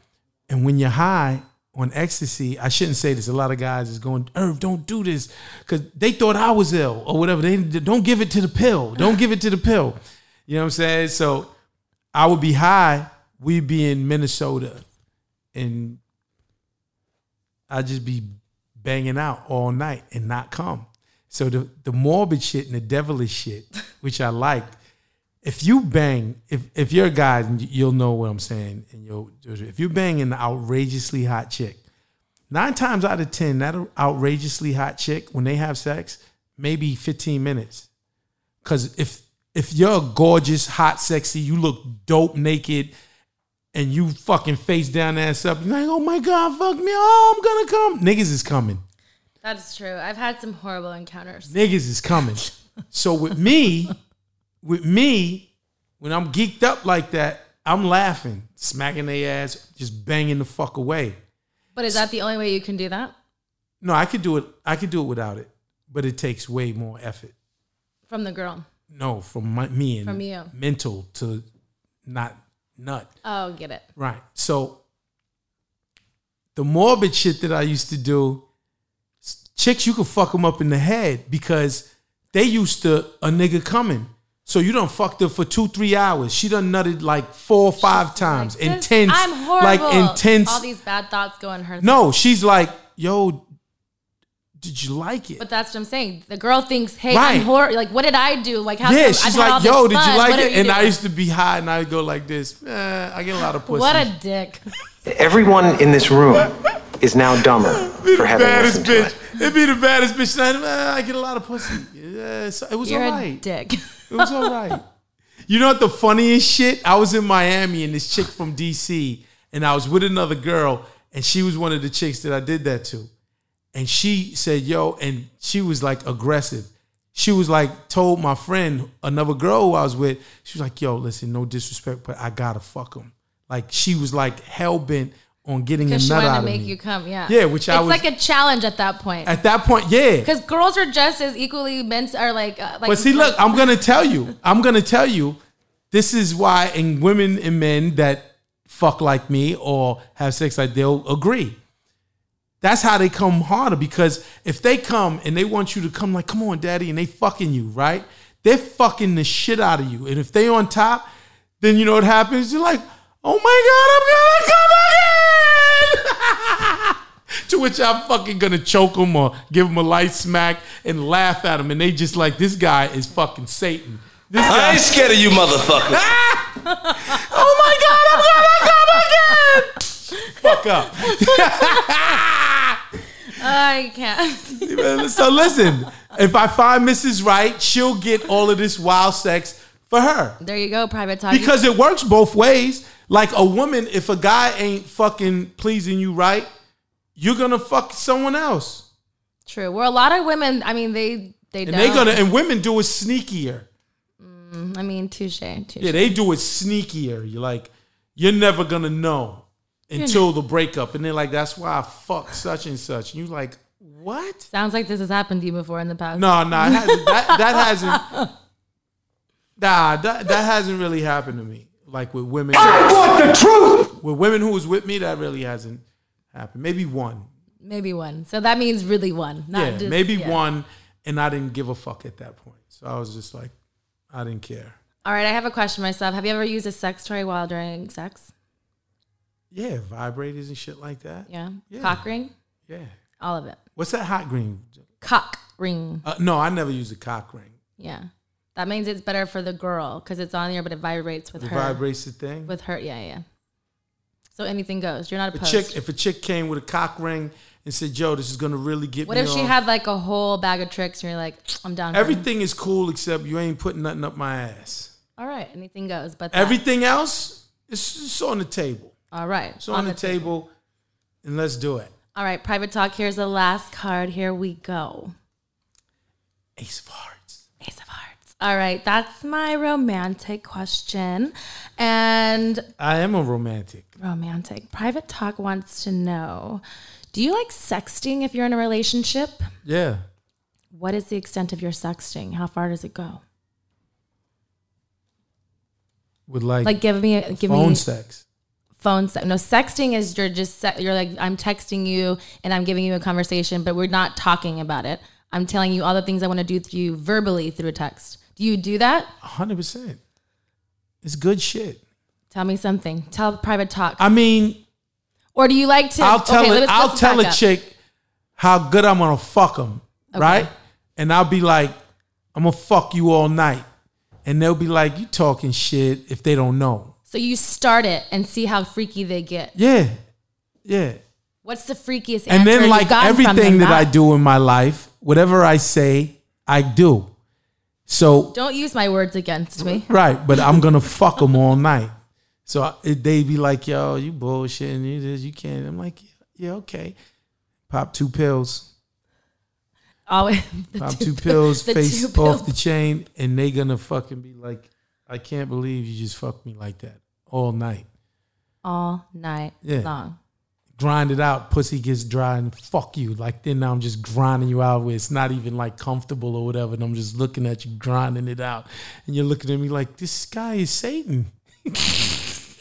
[SPEAKER 2] and when you're high on ecstasy, I shouldn't say this. A lot of guys is going, Irv, don't do this. Cause they thought I was ill or whatever. They don't give it to the pill. Don't give it to the pill. You know what I'm saying? So I would be high. We'd be in Minnesota and I'd just be banging out all night and not come. So the, the morbid shit and the devilish shit, which I liked, if you bang, if if you're a guy, then you'll know what I'm saying. And you'll if you bang an outrageously hot chick, nine times out of ten, that outrageously hot chick when they have sex, maybe 15 minutes. Cause if if you're gorgeous, hot, sexy, you look dope naked, and you fucking face down, ass up, you're like, oh my god, fuck me, oh I'm gonna come. Niggas is coming.
[SPEAKER 1] That's true. I've had some horrible encounters.
[SPEAKER 2] Niggas is coming. so with me, with me, when I'm geeked up like that, I'm laughing, smacking their ass, just banging the fuck away.
[SPEAKER 1] But is that the only way you can do that?
[SPEAKER 2] No, I could do it. I could do it without it, but it takes way more effort.
[SPEAKER 1] From the girl.
[SPEAKER 2] No, from my, me and
[SPEAKER 1] From you.
[SPEAKER 2] mental to not nut.
[SPEAKER 1] Oh, get it.
[SPEAKER 2] Right. So the morbid shit that I used to do, chicks, you could fuck them up in the head because they used to a nigga coming. So you done fucked her for two, three hours. She done nutted like four or five times.
[SPEAKER 1] This-
[SPEAKER 2] intense.
[SPEAKER 1] I'm horrible.
[SPEAKER 2] Like intense.
[SPEAKER 1] All these bad thoughts go in her.
[SPEAKER 2] no, she's like, yo, did you like it?
[SPEAKER 1] But that's what I'm saying. The girl thinks, hey,
[SPEAKER 2] Right.
[SPEAKER 1] I'm horrible. Like, what did I do? Like, how
[SPEAKER 2] yeah,
[SPEAKER 1] come
[SPEAKER 2] she's
[SPEAKER 1] I've had all
[SPEAKER 2] like,
[SPEAKER 1] this
[SPEAKER 2] yo, did
[SPEAKER 1] fun?
[SPEAKER 2] you like
[SPEAKER 1] What are
[SPEAKER 2] it? And I
[SPEAKER 1] doing?
[SPEAKER 2] used to be high and I would go like this. Eh, I get a lot of pussy.
[SPEAKER 1] What a dick.
[SPEAKER 4] Everyone in this room is now dumber
[SPEAKER 2] be the
[SPEAKER 4] for having
[SPEAKER 2] baddest
[SPEAKER 4] listened to it.
[SPEAKER 2] bitch. It'd be the baddest bitch. tonight. Uh, I get a lot of pussy. Yeah, so it was
[SPEAKER 1] You're
[SPEAKER 2] all
[SPEAKER 1] a
[SPEAKER 2] right.
[SPEAKER 1] dick.
[SPEAKER 2] It was all right. You know what the funniest shit? I was in Miami and this chick from DC, and I was with another girl, and she was one of the chicks that I did that to. And she said, yo, and she was like aggressive. She was like, told my friend, another girl who I was with, she was like, yo, listen, no disrespect, but I gotta fuck him. Like she was like hell bent on getting a
[SPEAKER 1] Because she
[SPEAKER 2] nut
[SPEAKER 1] wanted
[SPEAKER 2] out
[SPEAKER 1] to
[SPEAKER 2] of
[SPEAKER 1] make
[SPEAKER 2] me.
[SPEAKER 1] you come. Yeah.
[SPEAKER 2] Yeah, which
[SPEAKER 1] it's
[SPEAKER 2] I was-
[SPEAKER 1] like a challenge at that point.
[SPEAKER 2] At that point, yeah.
[SPEAKER 1] Because girls are just as equally meant are like uh, like.
[SPEAKER 2] But see, look, I'm gonna tell you. I'm gonna tell you. This is why, in women and men that fuck like me or have sex like they'll agree. That's how they come harder because if they come and they want you to come, like, come on, daddy, and they fucking you, right? They're fucking the shit out of you. And if they on top, then you know what happens? You're like, oh my god, I'm gonna come again. to which I'm fucking gonna choke him or give him a light smack and laugh at him. And they just like, this guy is fucking Satan. This
[SPEAKER 6] I
[SPEAKER 2] guy.
[SPEAKER 6] ain't scared of you, motherfucker.
[SPEAKER 2] oh my god, I'm gonna come again. Fuck up.
[SPEAKER 1] I can't.
[SPEAKER 2] So listen, if I find Mrs. Right, she'll get all of this wild sex for her.
[SPEAKER 1] There you go, private talk.
[SPEAKER 2] Because it works both ways. Like a woman, if a guy ain't fucking pleasing you right, you're gonna fuck someone else.
[SPEAKER 1] true. Well, a lot of women. I mean, they they
[SPEAKER 2] And
[SPEAKER 1] don't.
[SPEAKER 2] they gonna and women do it sneakier.
[SPEAKER 1] I mean, touche. touche.
[SPEAKER 2] Yeah, they do it sneakier. You're like, you're never gonna know until the breakup. And they're like, that's why I fucked such and such. And you're like, what?
[SPEAKER 1] Sounds like this has happened to you before in the past.
[SPEAKER 2] No, no, it hasn't, that that hasn't. Nah, that that hasn't really happened to me. Like with women,
[SPEAKER 3] I want the truth.
[SPEAKER 2] with women who was with me, that really hasn't happened. Maybe one,
[SPEAKER 1] Maybe one. So that means really one. Not
[SPEAKER 2] yeah,
[SPEAKER 1] just,
[SPEAKER 2] maybe
[SPEAKER 1] yeah.
[SPEAKER 2] one, and I didn't give a fuck at that point. So I was just like, I didn't care.
[SPEAKER 1] All right, I have a question myself. Have you ever used a sex toy while during sex?
[SPEAKER 2] Yeah, vibrators and shit like that.
[SPEAKER 1] Yeah.
[SPEAKER 2] Yeah.
[SPEAKER 1] Cock ring?
[SPEAKER 2] Yeah.
[SPEAKER 1] All of it.
[SPEAKER 2] What's that hot green?
[SPEAKER 1] Cock ring.
[SPEAKER 2] Uh, no, I never used a cock ring.
[SPEAKER 1] Yeah. That means it's better for the girl because it's on there, but it vibrates with
[SPEAKER 2] The
[SPEAKER 1] her.
[SPEAKER 2] vibrates the thing.
[SPEAKER 1] With her, yeah, yeah. So anything goes. You're not
[SPEAKER 2] a
[SPEAKER 1] opposed.
[SPEAKER 2] chick, if a chick came with a cock ring and said, "Yo, this is gonna really get
[SPEAKER 1] what
[SPEAKER 2] me,"
[SPEAKER 1] if she
[SPEAKER 2] off.
[SPEAKER 1] had like a whole bag of tricks and you're like, I'm down. for it."
[SPEAKER 2] Mm-hmm. Everything is cool except you ain't putting nothing up my ass.
[SPEAKER 1] All right, anything goes. But that.
[SPEAKER 2] Everything else, it's, it's on the table.
[SPEAKER 1] All right.
[SPEAKER 2] It's on, the, table, and let's do it.
[SPEAKER 1] All right, private talk. Here's the last card. Here we go.
[SPEAKER 2] Ace of Hearts.
[SPEAKER 1] Ace of Hearts. All right, that's my romantic question. And
[SPEAKER 2] I am a romantic.
[SPEAKER 1] romantic. Private Talk wants to know Do you like sexting if you're in a relationship?
[SPEAKER 2] Yeah.
[SPEAKER 1] What is the extent of your sexting? How far does it go?
[SPEAKER 2] With like,
[SPEAKER 1] Like, give me a, give
[SPEAKER 2] phone
[SPEAKER 1] me
[SPEAKER 2] sex.
[SPEAKER 1] phone sex. No, sexting is you're just se- you're like I'm texting you and I'm giving you a conversation, but we're not talking about it. I'm telling you all the things I want to do to you verbally through a text. Do you do that?
[SPEAKER 2] 100%. It's good shit.
[SPEAKER 1] Tell me something. Tell private talk.
[SPEAKER 2] I mean,
[SPEAKER 1] or do you like to?
[SPEAKER 2] I'll tell
[SPEAKER 1] Okay,
[SPEAKER 2] it,
[SPEAKER 1] let's-
[SPEAKER 2] I'll
[SPEAKER 1] let's
[SPEAKER 2] tell
[SPEAKER 1] back
[SPEAKER 2] a
[SPEAKER 1] up.
[SPEAKER 2] chick how good I'm gonna fuck them, right? And I'll be like, I'm gonna fuck you all night, and they'll be like, you talking shit if they don't know.
[SPEAKER 1] So you start it and see how freaky they get.
[SPEAKER 2] Yeah, yeah.
[SPEAKER 1] What's the freakiest?
[SPEAKER 2] And
[SPEAKER 1] answer
[SPEAKER 2] then
[SPEAKER 1] you've
[SPEAKER 2] like
[SPEAKER 1] gotten from
[SPEAKER 2] everything
[SPEAKER 1] them?
[SPEAKER 2] that I
[SPEAKER 1] Not-
[SPEAKER 2] do in my life, whatever I say, I do. So
[SPEAKER 1] Don't use my words against me.
[SPEAKER 2] right, but I'm gonna fuck them all night. So I- it, they be like, "Yo, you bullshitting? You this, you can't." I'm like, "Yeah, okay." Pop two pills.
[SPEAKER 1] Always. the
[SPEAKER 2] Pop
[SPEAKER 1] two
[SPEAKER 2] two
[SPEAKER 1] pill-
[SPEAKER 2] pills,
[SPEAKER 1] the
[SPEAKER 2] face
[SPEAKER 1] two
[SPEAKER 2] off
[SPEAKER 1] pill-
[SPEAKER 2] the chain, and they gonna fucking be like, I can't believe you just fucked me like that all night.
[SPEAKER 1] all night
[SPEAKER 2] Yeah.
[SPEAKER 1] long.
[SPEAKER 2] Grind it out, pussy gets dry, and fuck you. Like then now I'm just grinding you out where it's not even like comfortable or whatever, and I'm just looking at you grinding it out, and you're looking at me like this guy is Satan.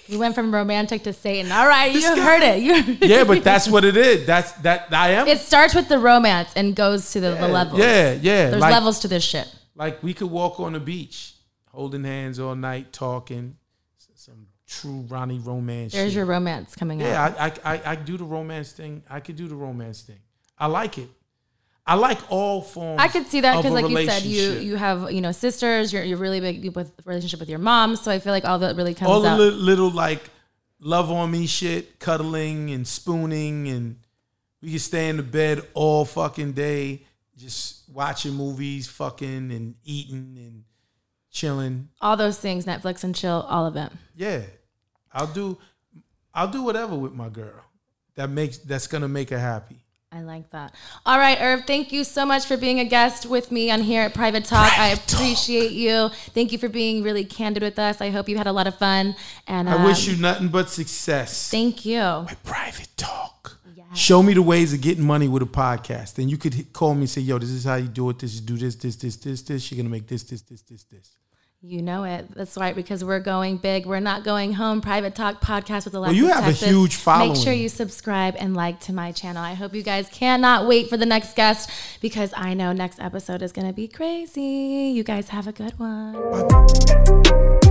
[SPEAKER 1] We went from romantic to Satan. All right, you
[SPEAKER 2] This guy-
[SPEAKER 1] heard it. You.
[SPEAKER 2] Yeah, but that's what it is. That's that I am.
[SPEAKER 1] It starts with the romance and goes to the, the levels.
[SPEAKER 2] Yeah, yeah.
[SPEAKER 1] There's
[SPEAKER 2] like-
[SPEAKER 1] levels to this shit.
[SPEAKER 2] Like we could walk on the beach, holding hands all night, talking. S- Some true Ronnie romance.
[SPEAKER 1] There's
[SPEAKER 2] shit.
[SPEAKER 1] your romance coming out.
[SPEAKER 2] Yeah, I, I, I, I do the romance thing. I could do the romance thing. I like it. I like all forms.
[SPEAKER 1] I could see that
[SPEAKER 2] of
[SPEAKER 1] because,
[SPEAKER 2] a
[SPEAKER 1] like you said, you
[SPEAKER 2] relationship.
[SPEAKER 1] you have you know sisters. You're you're really big with relationship with your mom. So I feel like all that really comes
[SPEAKER 2] all the
[SPEAKER 1] out.
[SPEAKER 2] little, little like love on me shit, cuddling and spooning, and we could stay in the bed all fucking day, just watching movies, fucking and eating and chilling.
[SPEAKER 1] all those things, Netflix and chill, all of it.
[SPEAKER 2] Yeah, I'll do, I'll do whatever with my girl. That makes that's gonna make her happy.
[SPEAKER 1] I like that. All right, Irv, thank you so much for being a guest with me on here at Private Talk. I appreciate you. Thank you for being really candid with us. I hope you had a lot of fun. And
[SPEAKER 2] I wish
[SPEAKER 1] um,
[SPEAKER 2] you nothing but success.
[SPEAKER 1] Thank you.
[SPEAKER 2] private talk. Show me the ways of getting money with a podcast. Then you could hit- call me and say, yo, this is how you do it. This is do this, this, this, this, this. You're going to make this, this, this, this, this.
[SPEAKER 1] You know it. That's right, because we're going big. We're not going home. Private Talk podcast with Alexis.
[SPEAKER 2] you have a
[SPEAKER 1] Texas.
[SPEAKER 2] huge following.
[SPEAKER 1] Make sure you subscribe and like to my channel. I hope you guys cannot wait for the next guest because I know next episode is going to be crazy. You guys have a good one.